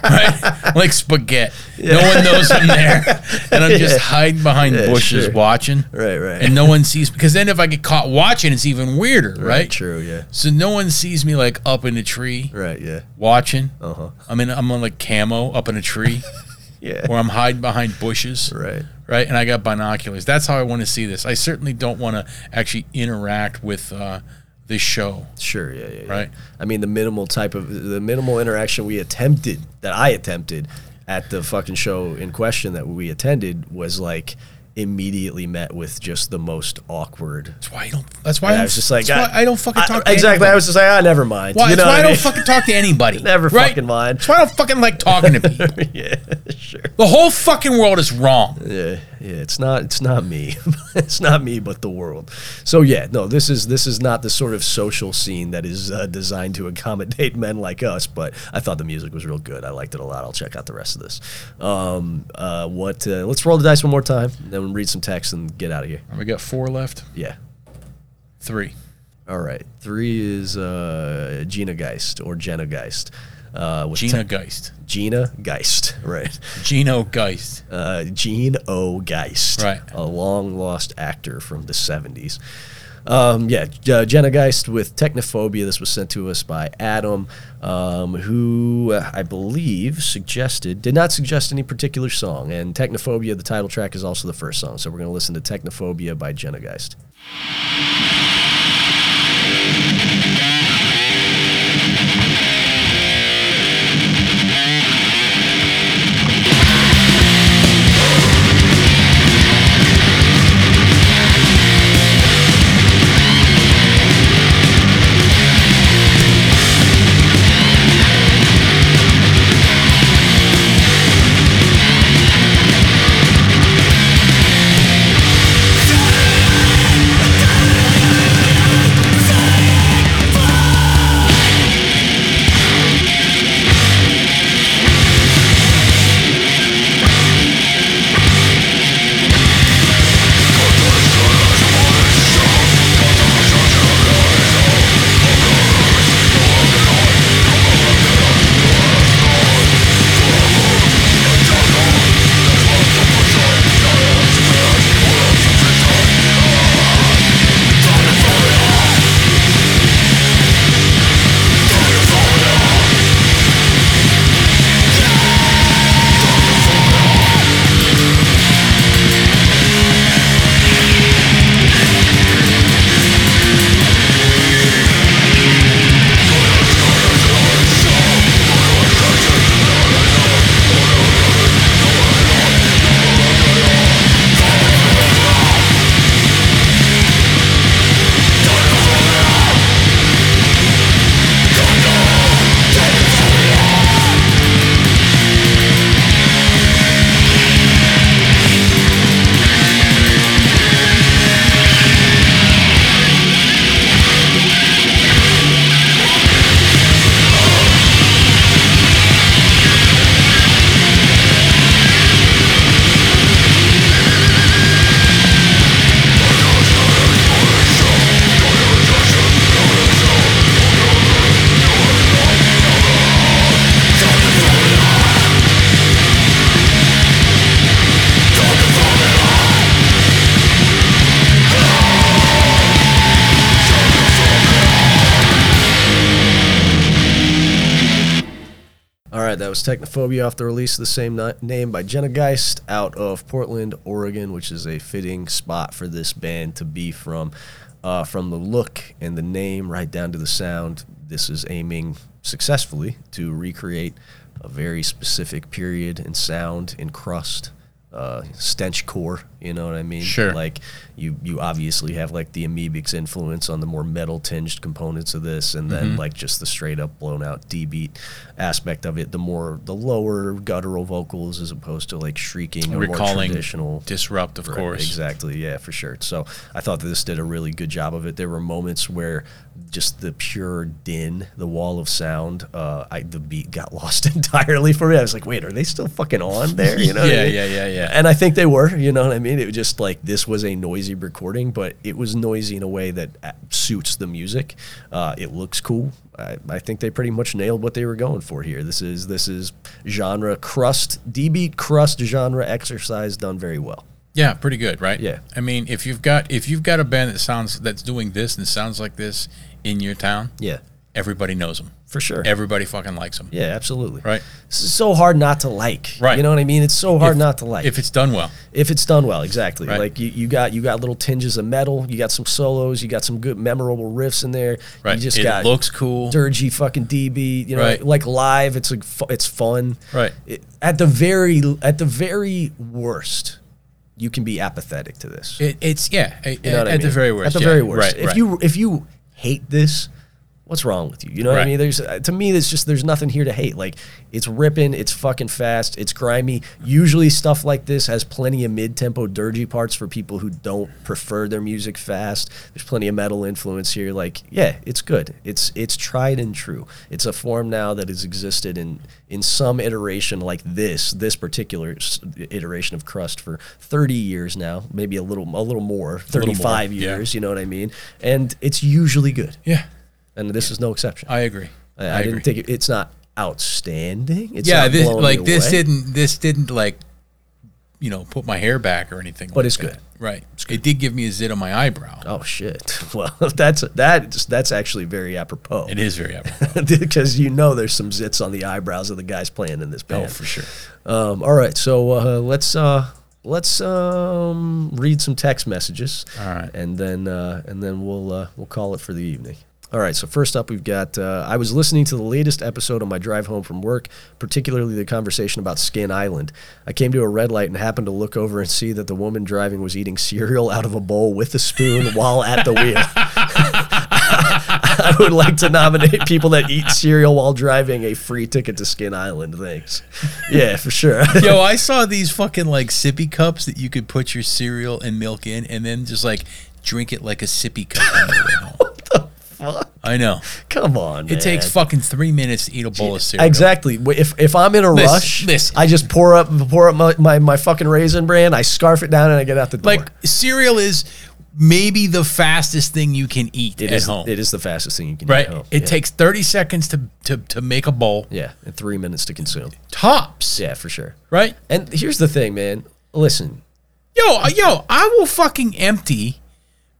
B: right? Like spaghetti. No one knows I'm there, and I'm just
A: Yeah.
B: hiding behind
A: Yeah,
B: bushes
A: sure.
B: watching,
A: Right, right.
B: And no one sees because then if I get caught watching, it's even weirder, right?
A: True, yeah.
B: So no one sees me like up in a tree
A: Right, yeah.
B: watching.
A: Uh huh.
B: I mean, I'm on like camo up in a tree,
A: Yeah.
B: or I'm hiding behind bushes,
A: Right.
B: right? And I got binoculars. That's how I want to see this. I certainly don't want to actually interact with uh, this show.
A: Sure, yeah, yeah, yeah.
B: Right.
A: I mean, the minimal type of the minimal interaction we attempted that I attempted at the fucking show in question that we attended was like immediately met with just the most awkward.
B: That's why I don't. That's why
A: And
B: I'm,
A: I was just like,
B: that's why I, don't fucking talk. to
A: exactly.
B: Anybody.
A: I was just like, ah, never mind.
B: Why,
A: you know
B: that's why
A: what
B: I don't
A: mean?
B: fucking talk to anybody.
A: Never
B: right?
A: fucking mind.
B: That's why I don't fucking like talking to people.
A: yeah, sure.
B: the whole fucking world is wrong.
A: Yeah, yeah. It's not. It's not me. it's not me, but the world. So yeah, no. This is this is not the sort of social scene that is uh, designed to accommodate men like us. But I thought the music was real good. I liked it a lot. I'll check out the rest of this. Um, uh, what? Uh, let's roll the dice one more time, and then we'll read some text and get out of here.
B: We got four left.
A: Yeah.
B: Three.
A: All right. Three is uh, Gina Geist or Jenna Geist. Uh, with
B: Gina
A: te-
B: Geist.
A: Gina Geist. Right.
B: Gino Geist.
A: uh, Gene O. Geist,
B: Right.
A: a long lost actor from the 70s. Um, yeah, uh, Jenna Geist with Technophobia. This was sent to us by Adam, um, who uh, I believe suggested, did not suggest any particular song. And Technophobia, the title track, is also the first song. So we're going to listen to Technophobia by Jenna Geist. All right, that was Technophobia off the release of the same ni- name by Jenna Geist out of Portland, Oregon, which is a fitting spot for this band to be from. Uh, from the look and the name right down to the sound, this is aiming successfully to recreate a very specific period and sound and crust, uh, stench core. You know what I mean?
B: Sure.
A: Like you, you obviously have like the Amoebics influence on the more metal tinged components of this, and
B: Mm-hmm.
A: then like just the straight up blown out D beat aspect of it. The more the lower guttural vocals as opposed to like shrieking or more
B: recalling
A: traditional
B: disrupt, of
A: Right,
B: course.
A: Exactly. Yeah, for sure. So I thought that this did a really good job of it. There were moments where just the pure din, the wall of sound, uh, I, the beat got lost entirely for me. I was like, wait, are they still fucking on there? You know? what I
B: Yeah,
A: mean?
B: yeah, yeah, yeah.
A: And I think they were. You know what I mean? It was just like this was a noisy recording, but it was noisy in a way that uh, suits the music. Uh, it looks cool. I, I think they pretty much nailed what they were going for here. This is this is genre crust, D beat crust genre exercise done very well.
B: Yeah, pretty good, right?
A: Yeah.
B: I mean, if you've got if you've got a band that sounds that's doing this and sounds like this in your town,
A: Yeah,
B: everybody knows them.
A: for sure.
B: Everybody fucking likes them.
A: yeah, absolutely.
B: Right.
A: This is so hard not to like.
B: Right.
A: You know what I mean? It's so hard not to like.
B: If it's done well.
A: if it's done well, exactly.
B: Right.
A: Like you, you got you got little tinges of metal, you got some solos, you got some good memorable riffs in there.
B: Right.
A: You just
B: It
A: got
B: looks cool.
A: dirgy fucking DB. You know,
B: Right.
A: like live, it's like fu- it's fun.
B: Right.
A: It- at the very at the very worst, you can be apathetic to this.
B: It, it's yeah. a-
A: You know
B: at
A: what I
B: the
A: mean?
B: very worst.
A: At the
B: yeah.
A: very worst.
B: Right.
A: if
B: right.
A: you if you hate this, what's wrong with you? You know what I
B: Right.
A: mean? There's uh, to me, there's just there's nothing here to hate. Like it's ripping, it's fucking fast, it's grimy. Usually, stuff like this has plenty of mid-tempo, dirgy parts for people who don't prefer their music fast. There's plenty of metal influence here. Like yeah, it's good. It's it's tried and true. It's a form now that has existed in in some iteration like this, this particular s- iteration of crust for 30 years now, maybe a little a little more,
B: little more,
A: 35
B: yeah.
A: years. You know what I mean? And it's usually good.
B: yeah,
A: And this is no exception. I,
B: I agree.
A: I, didn't think it, it's not outstanding. It's
B: yeah,
A: not
B: this
A: blowing me
B: like this
A: away,
B: didn't this didn't like you know put my hair back or anything.
A: But
B: like
A: it's
B: that.
A: good.
B: Right. It did give me a zit on my eyebrow.
A: Oh shit! Well, that's that's that's actually very apropos.
B: It is very apropos.
A: because you know there's some zits on the eyebrows of the guys playing in this band.
B: Oh, for sure.
A: Um, all right, so uh, let's uh, let's um, read some text messages.
B: All right.
A: and then uh, and then we'll uh, we'll call it for the evening. All right, so first up, we've got. Uh, I was listening to the latest episode on my drive home from work, particularly the conversation about Skin Island. I came to a red light and happened to look over and see that the woman driving was eating cereal out of a bowl with a spoon while at the wheel. I would like to nominate people that eat cereal while driving a free ticket to Skin Island. Thanks. Yeah, for sure.
B: Yo, I saw these fucking like sippy cups that you could put your cereal and milk in and then just like drink it like a sippy cup. on the way home. I know.
A: Come on.
B: It takes
A: man.
B: fucking three minutes to eat a bowl of cereal.
A: Exactly. W- If if I'm in a
B: Listen,
A: rush,
B: listen.
A: I just pour up pour up my, my, my fucking raisin bran. I scarf it down and I get out the door.
B: Like cereal is maybe the fastest thing you can eat
A: it
B: at
A: is
B: home.
A: it is the fastest thing you can
B: right.
A: do at home.
B: It
A: yeah.
B: takes thirty seconds to to, to make a bowl.
A: yeah, and three minutes to consume.
B: Tops.
A: Yeah, for sure.
B: Right.
A: And here's the thing, man. Listen,
B: Yo, uh, yo, I will fucking empty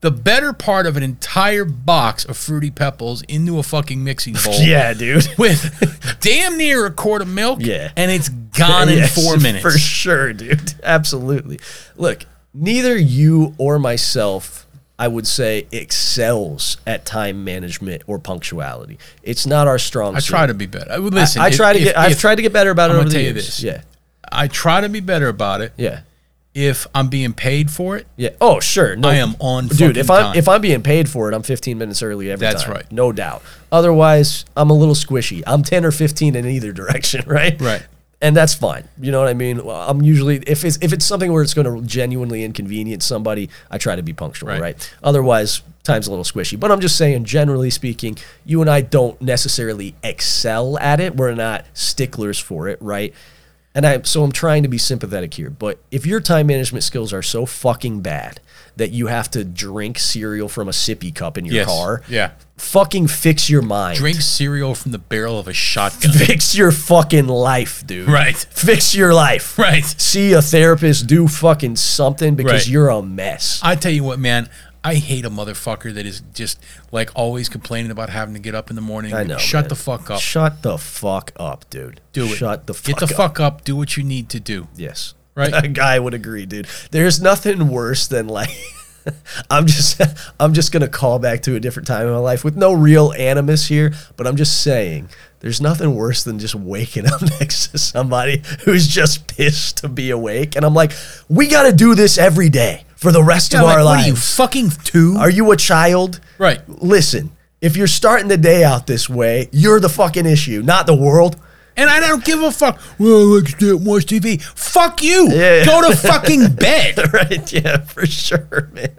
B: the better part of an entire box of fruity pebbles into a fucking mixing bowl.
A: yeah, dude.
B: With damn near a quart of milk.
A: Yeah.
B: And it's gone in
A: Yes,
B: four minutes.
A: For sure, dude. Absolutely. Look, neither you or myself, I would say, excels at time management or punctuality. It's not our strong
B: I
A: suit.
B: try to be better. I, well, listen,
A: I
B: if-
A: try to
B: if-
A: get. I've
B: if-
A: tried to get better about it
B: I'm
A: over
B: gonna
A: the
B: tell you
A: years.
B: this.
A: Yeah,
B: I try to be better about it.
A: yeah,
B: If I'm being paid for it,
A: yeah. Oh, sure. No,
B: I am on
A: Dude, if
B: fucking
A: I'm
B: time.
A: if I'm being paid for it, I'm 15 minutes early every
B: That's
A: time.
B: right.
A: No doubt. Otherwise, I'm a little squishy. I'm 10 or 15 in either direction. Right.
B: Right.
A: And that's fine. You know what I mean? Well, I'm usually if it's if it's something where it's going to genuinely inconvenience somebody, I try to be punctual. Right.
B: Right.
A: Otherwise, time's a little squishy. But I'm just saying, generally speaking, you and I don't necessarily excel at it. We're not sticklers for it. Right. And I so I'm trying to be sympathetic here, but if your time management skills are so fucking bad that you have to drink cereal from a sippy cup in your
B: Yes,
A: car,
B: yeah.
A: fucking fix your mind.
B: drink cereal from the barrel of a shotgun.
A: fix your fucking life, dude.
B: right.
A: Fix your life.
B: Right.
A: See a therapist, do fucking something because
B: Right.
A: you're a mess.
B: I tell you what, man. I hate a motherfucker that is just like always complaining about having to get up in the morning.
A: I know.
B: Shut
A: man.
B: the fuck up.
A: Shut the fuck up, dude.
B: do it.
A: Shut the fuck
B: Get the
A: up.
B: fuck up. Do what you need to do.
A: Yes.
B: Right?
A: A guy would agree, dude. There's nothing worse than like I'm just I'm just gonna call back to a different time in my life with no real animus here, but I'm just saying there's nothing worse than just waking up next to somebody who's just pissed to be awake. And I'm like, we gotta do this every day for the rest
B: Yeah,
A: of
B: like,
A: our
B: what
A: lives.
B: are you fucking two?
A: Are you a child?
B: Right.
A: Listen, if you're starting the day out this way, you're the fucking issue, not the world.
B: and I don't give a fuck. Well, I can't watch TV. Fuck you.
A: Yeah.
B: Go to fucking bed.
A: right? Yeah, for sure, man.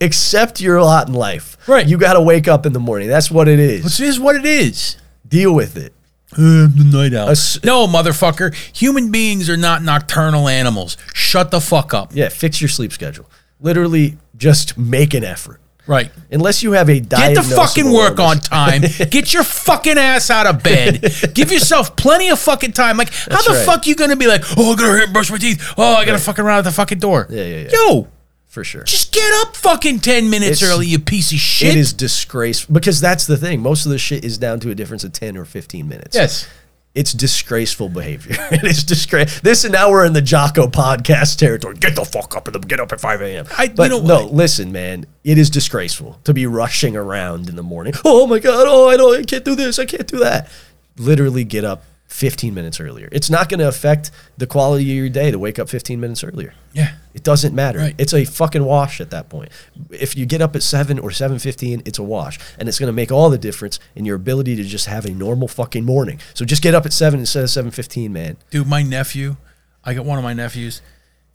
A: Accept your lot in life.
B: Right.
A: You got to wake up in the morning. That's what it is.
B: This is what it is.
A: Deal with it.
B: Uh, the night owl.
A: s-
B: no, motherfucker. Human beings are not nocturnal animals. Shut the fuck up.
A: Yeah, fix your sleep schedule. Literally, just make an effort.
B: Right.
A: Unless you have a
B: Get
A: diet.
B: the fucking work on time. Get your fucking ass out of bed. Give yourself plenty of fucking time. Like,
A: That's
B: how the
A: right.
B: fuck you gonna be like, oh, I gotta hurry and brush my teeth. Oh, I gotta fucking run out the fucking door.
A: Yeah, yeah, yeah.
B: Yo,
A: for sure.
B: just get up fucking ten minutes
A: It's-
B: early, you piece of shit.
A: It is disgraceful because that's the thing. Most of the shit is down to a difference of ten or fifteen minutes.
B: Yes.
A: it's disgraceful behavior. it is disgrace. This and now we're in the Jocko podcast territory. Get the fuck up and get up at five a.m.
B: I-
A: but
B: you know
A: no,
B: what?
A: listen, man, it is disgraceful to be rushing around in the morning. Oh my god! Oh, I don't. I can't do this. I can't do that. Literally, get up. 15 minutes earlier. It's not going to affect the quality of your day to wake up 15 minutes earlier.
B: Yeah.
A: It doesn't matter.
B: Right.
A: It's a fucking wash at that point. If you get up at 7 or 7:15, it's a wash and it's going to make all the difference in your ability to just have a normal fucking morning. So just get up at 7 instead of 7:15, man.
B: Dude, my nephew, I got one of my nephews.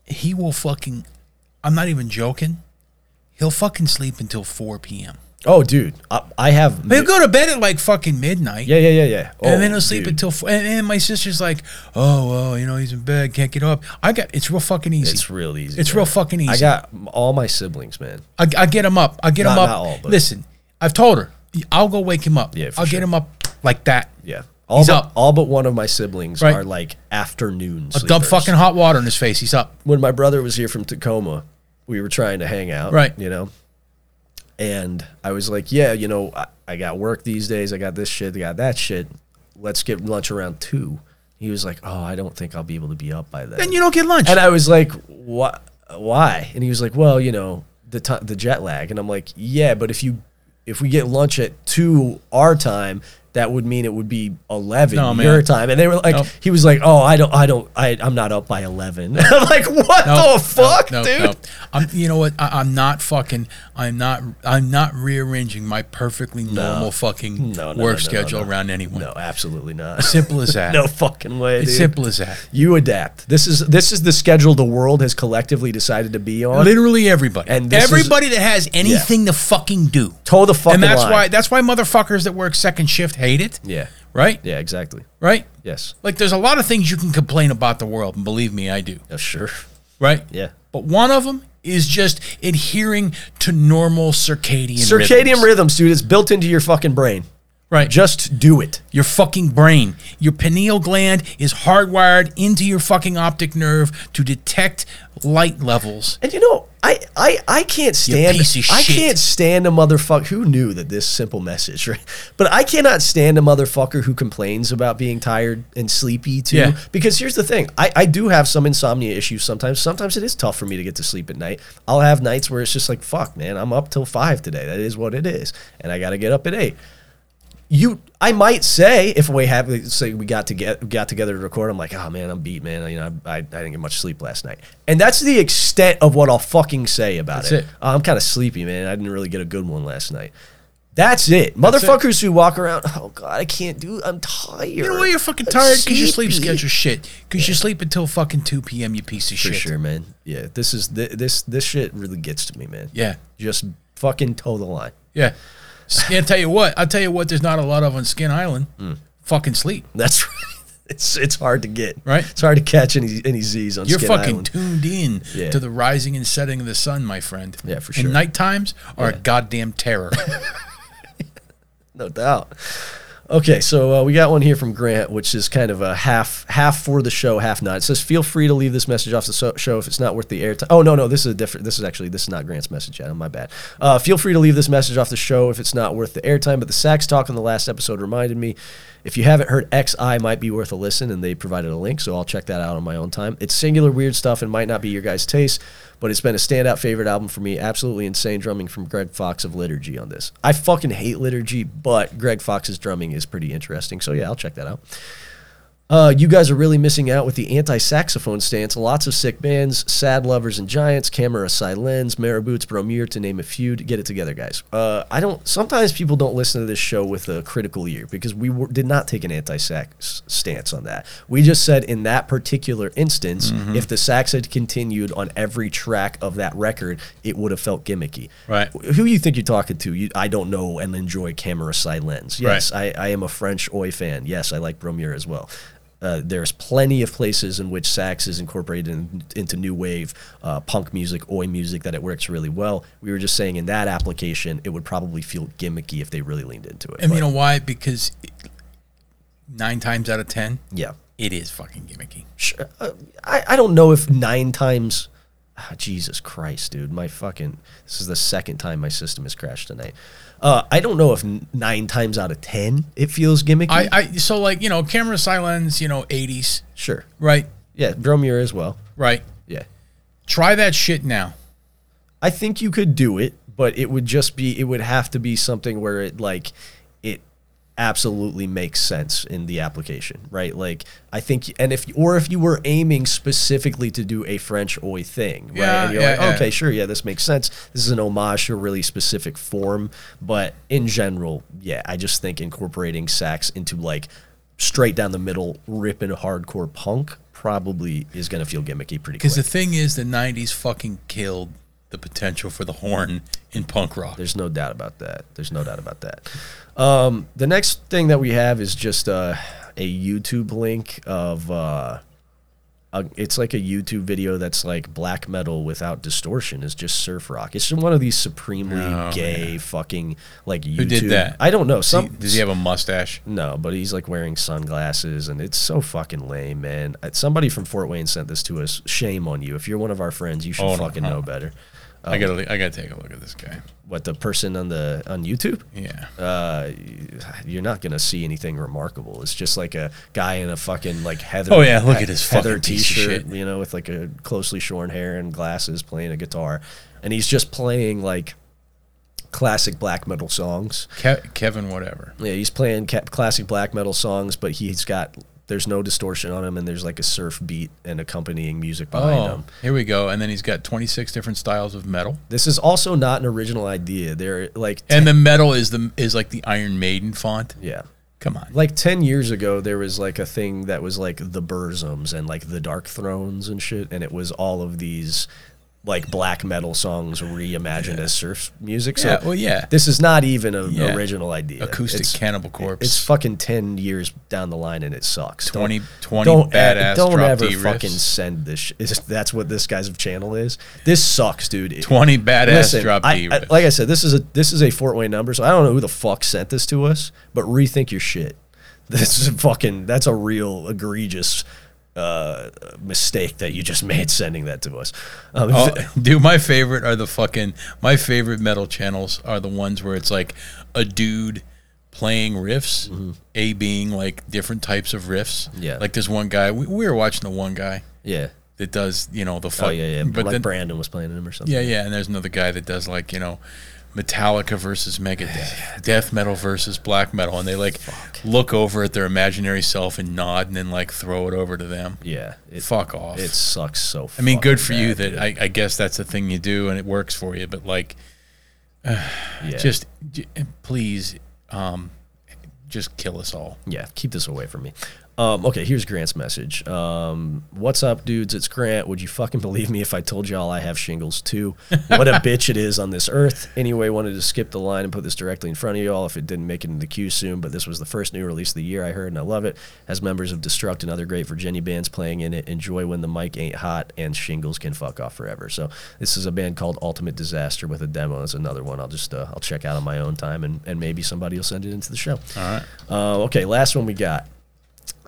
B: He will fucking, I'm not even joking. He'll fucking sleep until 4 p.m.
A: Oh, dude. I, I have
B: He'll go to bed at like fucking midnight.
A: Yeah, yeah, yeah, yeah. Oh,
B: and then he'll sleep
A: dude.
B: until four. And, and my sister's like, oh, well, you know, he's in bed, can't get up. I got, it's real fucking easy.
A: It's real easy.
B: It's
A: man.
B: real fucking easy.
A: I got m- all my siblings, man.
B: I, I get him up. I get
A: Not-
B: him up.
A: not all, but-
B: Listen, I've told her, I'll go wake him up.
A: Yeah, for
B: I'll
A: sure.
B: get him up like that.
A: Yeah. All
B: He's
A: but,
B: up.
A: all but one of my siblings
B: Right.
A: are like afternoon
B: I'll dump
A: sleepers.
B: fucking hot water in his face. He's up.
A: when my brother was here from Tacoma, we were trying to hang out,
B: Right.
A: You know, and I was like, yeah, you know, I, I got work these days. I got this shit. I got that shit. Let's get lunch around two. He was like, oh, I don't think I'll be able to be up by then.
B: Then you don't get lunch.
A: And I was like, "What? Why?" And he was like, "Well, you know, the ti the jet lag." And I'm like, "Yeah, but if you if we get lunch at two our time, that would mean it would be eleven
B: No, man.
A: your time." And they were like,
B: Nope.
A: he was like, "Oh, I don't, I don't, I, I'm not up by 11. I'm like, "What
B: No,
A: the fuck,
B: no, no,
A: dude?"
B: no. I'm, you know what? I, I'm not fucking. I'm not. I'm not rearranging my perfectly normal fucking
A: No, no, no,
B: work
A: no,
B: schedule
A: no, no.
B: around anyone.
A: No, absolutely not.
B: Simple as that.
A: no fucking way, dude.
B: It's simple as that.
A: You adapt. This is this is the schedule the world has collectively decided to be on.
B: Literally everybody.
A: And
B: And
A: this is-
B: everybody that has anything to fucking do.
A: Toe the fucking
B: And that's
A: line.
B: why that's why motherfuckers that work second shift hate it.
A: Yeah.
B: Right?
A: Yeah. Exactly.
B: Right?
A: Yes.
B: Like there's a lot of things you can complain about the world, and believe me, I do.
A: Yeah, sure.
B: Right?
A: Yeah.
B: But one of them is just adhering to normal circadian
A: Circadian
B: rhythms.
A: rhythms, dude. It's built into your fucking brain.
B: Right.
A: Just do it.
B: your fucking brain. Your pineal gland is hardwired into your fucking optic nerve to detect light levels.
A: And you know, I I, I can't stand
B: piece of
A: I
B: shit.
A: can't stand a motherfucker who knew that this simple message, right? But I cannot stand a motherfucker who complains about being tired and sleepy too.
B: Yeah.
A: Because here's the thing. I, I do have some insomnia issues sometimes. Sometimes it is tough for me to get to sleep at night. I'll have nights where it's just like, fuck, man, I'm up till five today. That is what it is. And I gotta get up at eight. you I might say if we have say we got to get got together to record, I'm like, oh man, I'm beat, man. You know, I, I, I didn't get much sleep last night, and that's the extent of what I'll fucking say about
B: That's
A: it.
B: it.
A: "Oh, I'm kind of sleepy, man. I didn't really get a good one last night. That's it. Motherfuckers who walk around, oh god, I can't do. I'm tired.
B: You know why you're fucking
A: I'm
B: tired? Because your sleep
A: sleepy."
B: schedule's shit. Because you sleep until fucking 2 p.m., you piece of
A: For
B: shit.
A: sure, man. Yeah, this is thi- this this shit really gets to me, man.
B: Yeah.
A: just fucking toe the line.
B: Yeah. And tell you what, I'll tell you what, there's not a lot of on Skin Island.
A: Mm.
B: Fucking sleep.
A: That's right. It's it's hard to get
B: Right.
A: It's hard to catch any any Z's on.
B: You're
A: Skin
B: fucking
A: Island.
B: tuned in
A: Yeah.
B: to the rising and setting of the sun, my friend.
A: Yeah, for sure.
B: And night times are
A: Yeah.
B: a goddamn terror.
A: No doubt. Okay, so uh, we got one here from Grant, which is kind of a half half for the show, half not. It says, "Feel free to leave this message off the so- show if it's not worth the airtime." Oh no, no, this is a different. This is actually this is not Grant's message yet. My bad. Uh, feel free to leave this message off the show if it's not worth the airtime. But the sax talk in the last episode reminded me, if you haven't heard XI, might be worth a listen, and they provided a link, so I'll check that out on my own time. It's singular weird stuff and might not be your guys' taste, but it's been a standout favorite album for me. Absolutely insane drumming from Greg Fox of Liturgy on this. I fucking hate Liturgy, but Greg Fox's drumming is pretty interesting. So yeah, I'll check that out. Uh, you guys are really missing out with the anti saxophone stance. Lots of sick bands, Sad Lovers and Giants, Camera Silens, Maraboots, Bromure, to name a few. To get it together, guys. Uh, I don't. Sometimes people don't listen to this show with a critical ear because we were, did not take an anti sax stance on that. We just said in that particular instance, if the sax had continued on every track of that record, it would have felt gimmicky.
B: Right.
A: Who you think you're talking to? You, I don't know and enjoy Camera Silens. Yes, I, I am a French Oi fan. Yes, I like Bromure as well. Uh, there's plenty of places in which sax is incorporated in, into new wave uh, punk music, Oi music, that it works really well. We were just saying in that application, it would probably feel gimmicky if they really leaned into it.
B: and you
A: but-
B: know why? Because it- nine times out of 10,
A: yeah.
B: it is fucking gimmicky.
A: Sure. Uh, I, I don't know if nine times. ah, Jesus Christ, dude. My fucking. This is the second time my system has crashed tonight. Uh, I don't know if n- nine times out of 10 it feels gimmicky.
B: I, I so like you know camera silence you know 80s
A: sure.
B: right
A: Yeah, Bromure as well.
B: right
A: Yeah.
B: try that shit now
A: I think you could do it, but it would just be it would have to be something where it like it absolutely makes sense in the application, right? Like I think and if or if you were aiming specifically to do a French oi thing, right?
B: Yeah,
A: and you're
B: yeah,
A: like,
B: yeah.
A: okay, sure, yeah, this makes sense. This is an homage to a really specific form, but in general, yeah, I just think incorporating sax into like straight down the middle ripping hardcore punk probably is going to feel gimmicky pretty quick.
B: because the thing is the 90s fucking killed the potential for the horn in punk rock
A: There's no doubt about that. There's no doubt about that. Um, the next thing that we have is just uh, a YouTube link of uh, uh, it's like a YouTube video that's like black metal without distortion. It's just surf rock. It's just one of these supremely
B: Oh,
A: gay fucking like YouTube.
B: did that?
A: I don't know.
B: Does he-
A: Some
B: does he have a mustache?
A: no, but he's like wearing sunglasses, and it's so fucking lame, man. Uh, Somebody from Fort Wayne sent this to us. Shame on you. If you're one of our friends, you should
B: Oh, no,
A: fucking
B: huh.
A: know better. Oh.
B: I gotta, I gotta take a look at this guy.
A: What the person on the on YouTube?
B: Yeah.
A: Uh, y- you're not gonna see anything remarkable. It's just like a guy in a fucking like heather.
B: Oh, yeah, look at his
A: heather
B: fucking piece of shit.
A: you know, with like a closely shorn hair and glasses, playing a guitar, and he's just playing like classic black metal songs.
B: Ke- Kevin, whatever.
A: Yeah, he's playing ca- classic black metal songs, but he's got there's no distortion on him, and there's like a surf beat and accompanying music behind
B: Oh,
A: him.
B: here we go. And then he's got 26 different styles of metal.
A: This is also not an original idea. They're like,
B: And the metal is the is like the Iron Maiden font.
A: yeah.
B: Come on.
A: Like 10 years ago, there was like a thing that was like the Burzums and like the Dark Thrones and shit. And it was all of these like black metal songs reimagined as surf music. So
B: Yeah, well, yeah.
A: This is not even an
B: Yeah.
A: original idea.
B: Acoustic
A: It's-
B: Cannibal Corpse.
A: It's fucking 10 years down the line and it sucks. Don't-
B: 20 20
A: don't, e-
B: badass
A: Don't
B: drop
A: ever
B: D riffs.
A: fucking send this. Sh- it's- that's what this guy's channel is. This sucks, dude. It-
B: 20 badass
A: Listen,
B: drop
A: I-
B: D
A: I-
B: riffs.
A: like I said, this is a this is a Fort Wayne number, so I don't know who the fuck sent this to us, but rethink your shit. This is a fucking that's a real egregious uh, mistake that you just made sending that to us. Um,
B: Oh, dude, my favorite are the fucking my favorite metal channels are the ones where it's like a dude playing riffs, a being like different types of riffs.
A: Mm-hmm. Yeah.
B: like this one guy. We, we were watching the one guy
A: yeah.
B: that does you know the fuck.
A: Oh yeah, yeah.
B: Uh, But
A: like
B: then,
A: Brandon was playing him or something.
B: yeah, yeah, and there's another guy that does like you know. Metallica versus Megadeth, death metal versus black metal, and they like look over at their imaginary self and nod, and then like throw it over to them.
A: yeah. It,
B: Fuck off!
A: It sucks so.
B: I mean, good for you that I, I guess that's the thing you do and it works for you, but like,
A: yeah.
B: just j- please, um, just kill us all.
A: yeah, keep this away from me. Um, okay, here's Grant's message. Um, what's up, dudes? It's Grant. Would you fucking believe me if I told y'all I have shingles too? What a bitch it is on this earth. Anyway, wanted to skip the line and put this directly in front of y'all if it didn't make it into the queue soon, but this was the first new release of the year I heard, and I love it. Has members of Destruct and other great Virginia bands playing in it. Enjoy when the mic ain't hot and shingles can fuck off forever. So this is a band called Ultimate Disaster with a demo. That's another one I'll just uh, I'll check out on my own time, and, and maybe somebody will send it into the show.
B: All right.
A: Uh, okay, last one we got.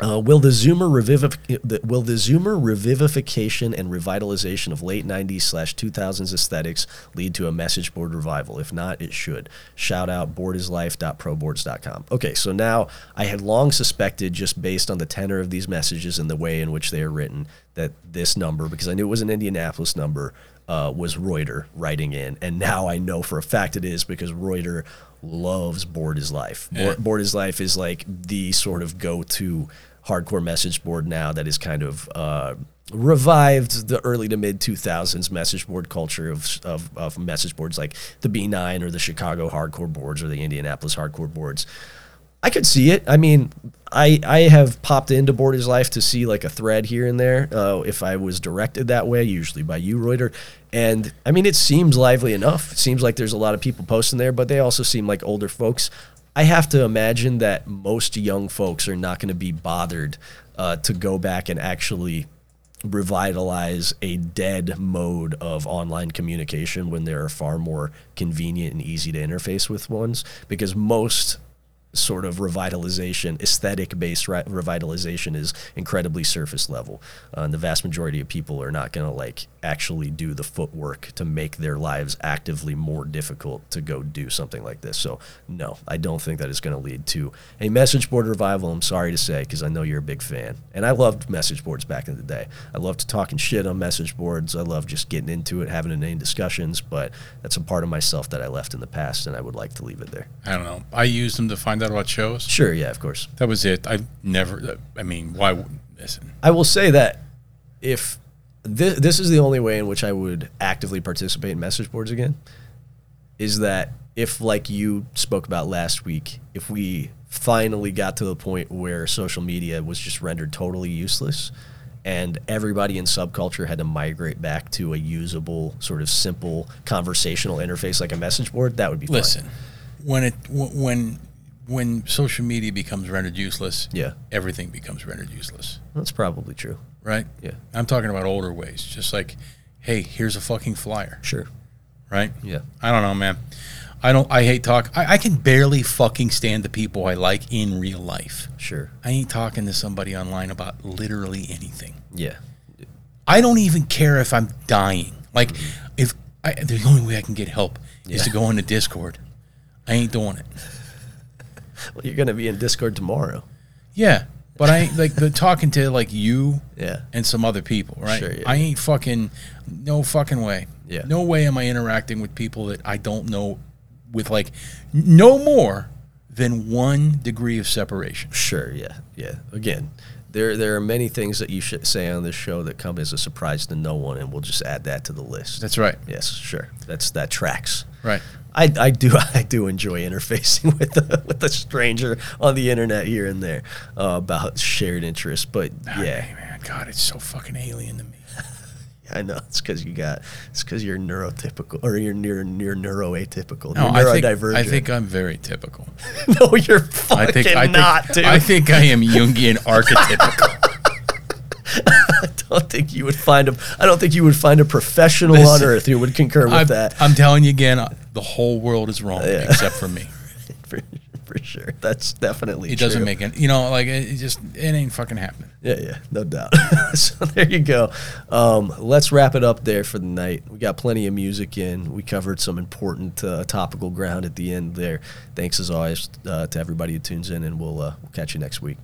A: Uh, will the Zoomer revivif- the- will the Zoomer revivification and revitalization of late '90s slash 2000s aesthetics lead to a message board revival? If not, it should. Shout out boardislife.proboards.com. Okay, so now I had long suspected, just based on the tenor of these messages and the way in which they are written, that this number, because I knew it was an Indianapolis number, uh, was Reuter writing in, and now I know for a fact it is because Reuter loves Board Is Life. Board, Board Is Life is like the sort of go-to hardcore message board now that is kind of uh, revived the early to mid 2000s message board culture of, of, of message boards like the B9 or the Chicago hardcore boards or the Indianapolis hardcore boards. I could see it. I mean, I I have popped into Border's Life to see like a thread here and there. Uh, if I was directed that way, usually by you, Reuter. And I mean, it seems lively enough. It seems like there's a lot of people posting there, but they also seem like older folks. I have to imagine that most young folks are not going to be bothered uh, to go back and actually revitalize a dead mode of online communication when there are far more convenient and easy to interface with ones because most sort of revitalization, aesthetic based ri- revitalization is incredibly surface level. Uh, and the vast majority of people are not going to like actually do the footwork to make their lives actively more difficult to go do something like this. So, no, I don't think that is going to lead to a message board revival. I'm sorry to say, because I know you're a big fan. And I loved message boards back in the day. I loved talking shit on message boards. I loved just getting into it, having inane discussions. But that's a part of myself that I left in the past, and I would like to leave it there.
B: I don't know. I used them to find out about shows.
A: Sure, yeah, of course.
B: That was it. I never, I mean, why, would- listen,
A: I will say that if this, this is the only way in which I would actively participate in message boards again, is that if, like you spoke about last week, if we finally got to the point where social media was just rendered totally useless and everybody in subculture had to migrate back to a usable, sort of simple conversational interface like a message board, that would be fun.
B: listen, when it, wh- when, when social media becomes rendered useless,
A: Yeah.
B: everything becomes rendered useless,
A: That's probably true.
B: right?
A: Yeah.
B: I'm talking about older ways, just like, hey, here's a fucking flyer,
A: Sure.
B: right?
A: Yeah.
B: I don't know, man. I don't. I hate talk. I, I can barely fucking stand the people I like in real life.
A: Sure.
B: I ain't talking to somebody online about literally anything.
A: Yeah.
B: I don't even care if I'm dying. Like, if I, the only way I can get help is
A: Mm-hmm. Yeah.
B: to go into Discord. I ain't doing it.
A: Well, you're gonna be in Discord tomorrow.
B: Yeah, but I ain't like the talking to like you
A: Yeah.
B: and some other people, right?
A: Sure, yeah.
B: I ain't fucking no fucking way.
A: Yeah.
B: No way am I interacting with people that I don't know with like n- no more than one degree of separation.
A: Sure. Yeah. Yeah. Again, there there are many things that you should say on this show that come as a surprise to no one, and we'll just add that to the list.
B: That's right.
A: yes. Sure. That's that tracks.
B: Right.
A: I, I do I do enjoy interfacing with a, with a stranger on the internet here and there uh, about shared interests, but yeah,
B: Hey, man, God, it's so fucking alien to me.
A: I know it's because you got it's because you're neurotypical or you're near near neuroatypical.
B: No,
A: you're
B: I think
A: neurodivergent.
B: I think I'm very typical.
A: no, you're fucking
B: I think I think
A: not, dude.
B: I
A: I
B: think I am Jungian archetypical.
A: don't think you would find a I don't think you would find a professional on
B: Listen,
A: earth who would concur with
B: I'm,
A: that
B: I'm telling you again, uh, the whole world is wrong except for me.
A: for, for sure. That's definitely
B: It doesn't
A: true.
B: make any, you know, like it, it just it ain't fucking happening.
A: Yeah, yeah, no doubt. so there you go. Um, let's wrap it up there for the night. We got plenty of music in. We covered some important uh, topical ground at the end there. Thanks as always uh, to everybody who tunes in, and we'll, uh, we'll catch you next week.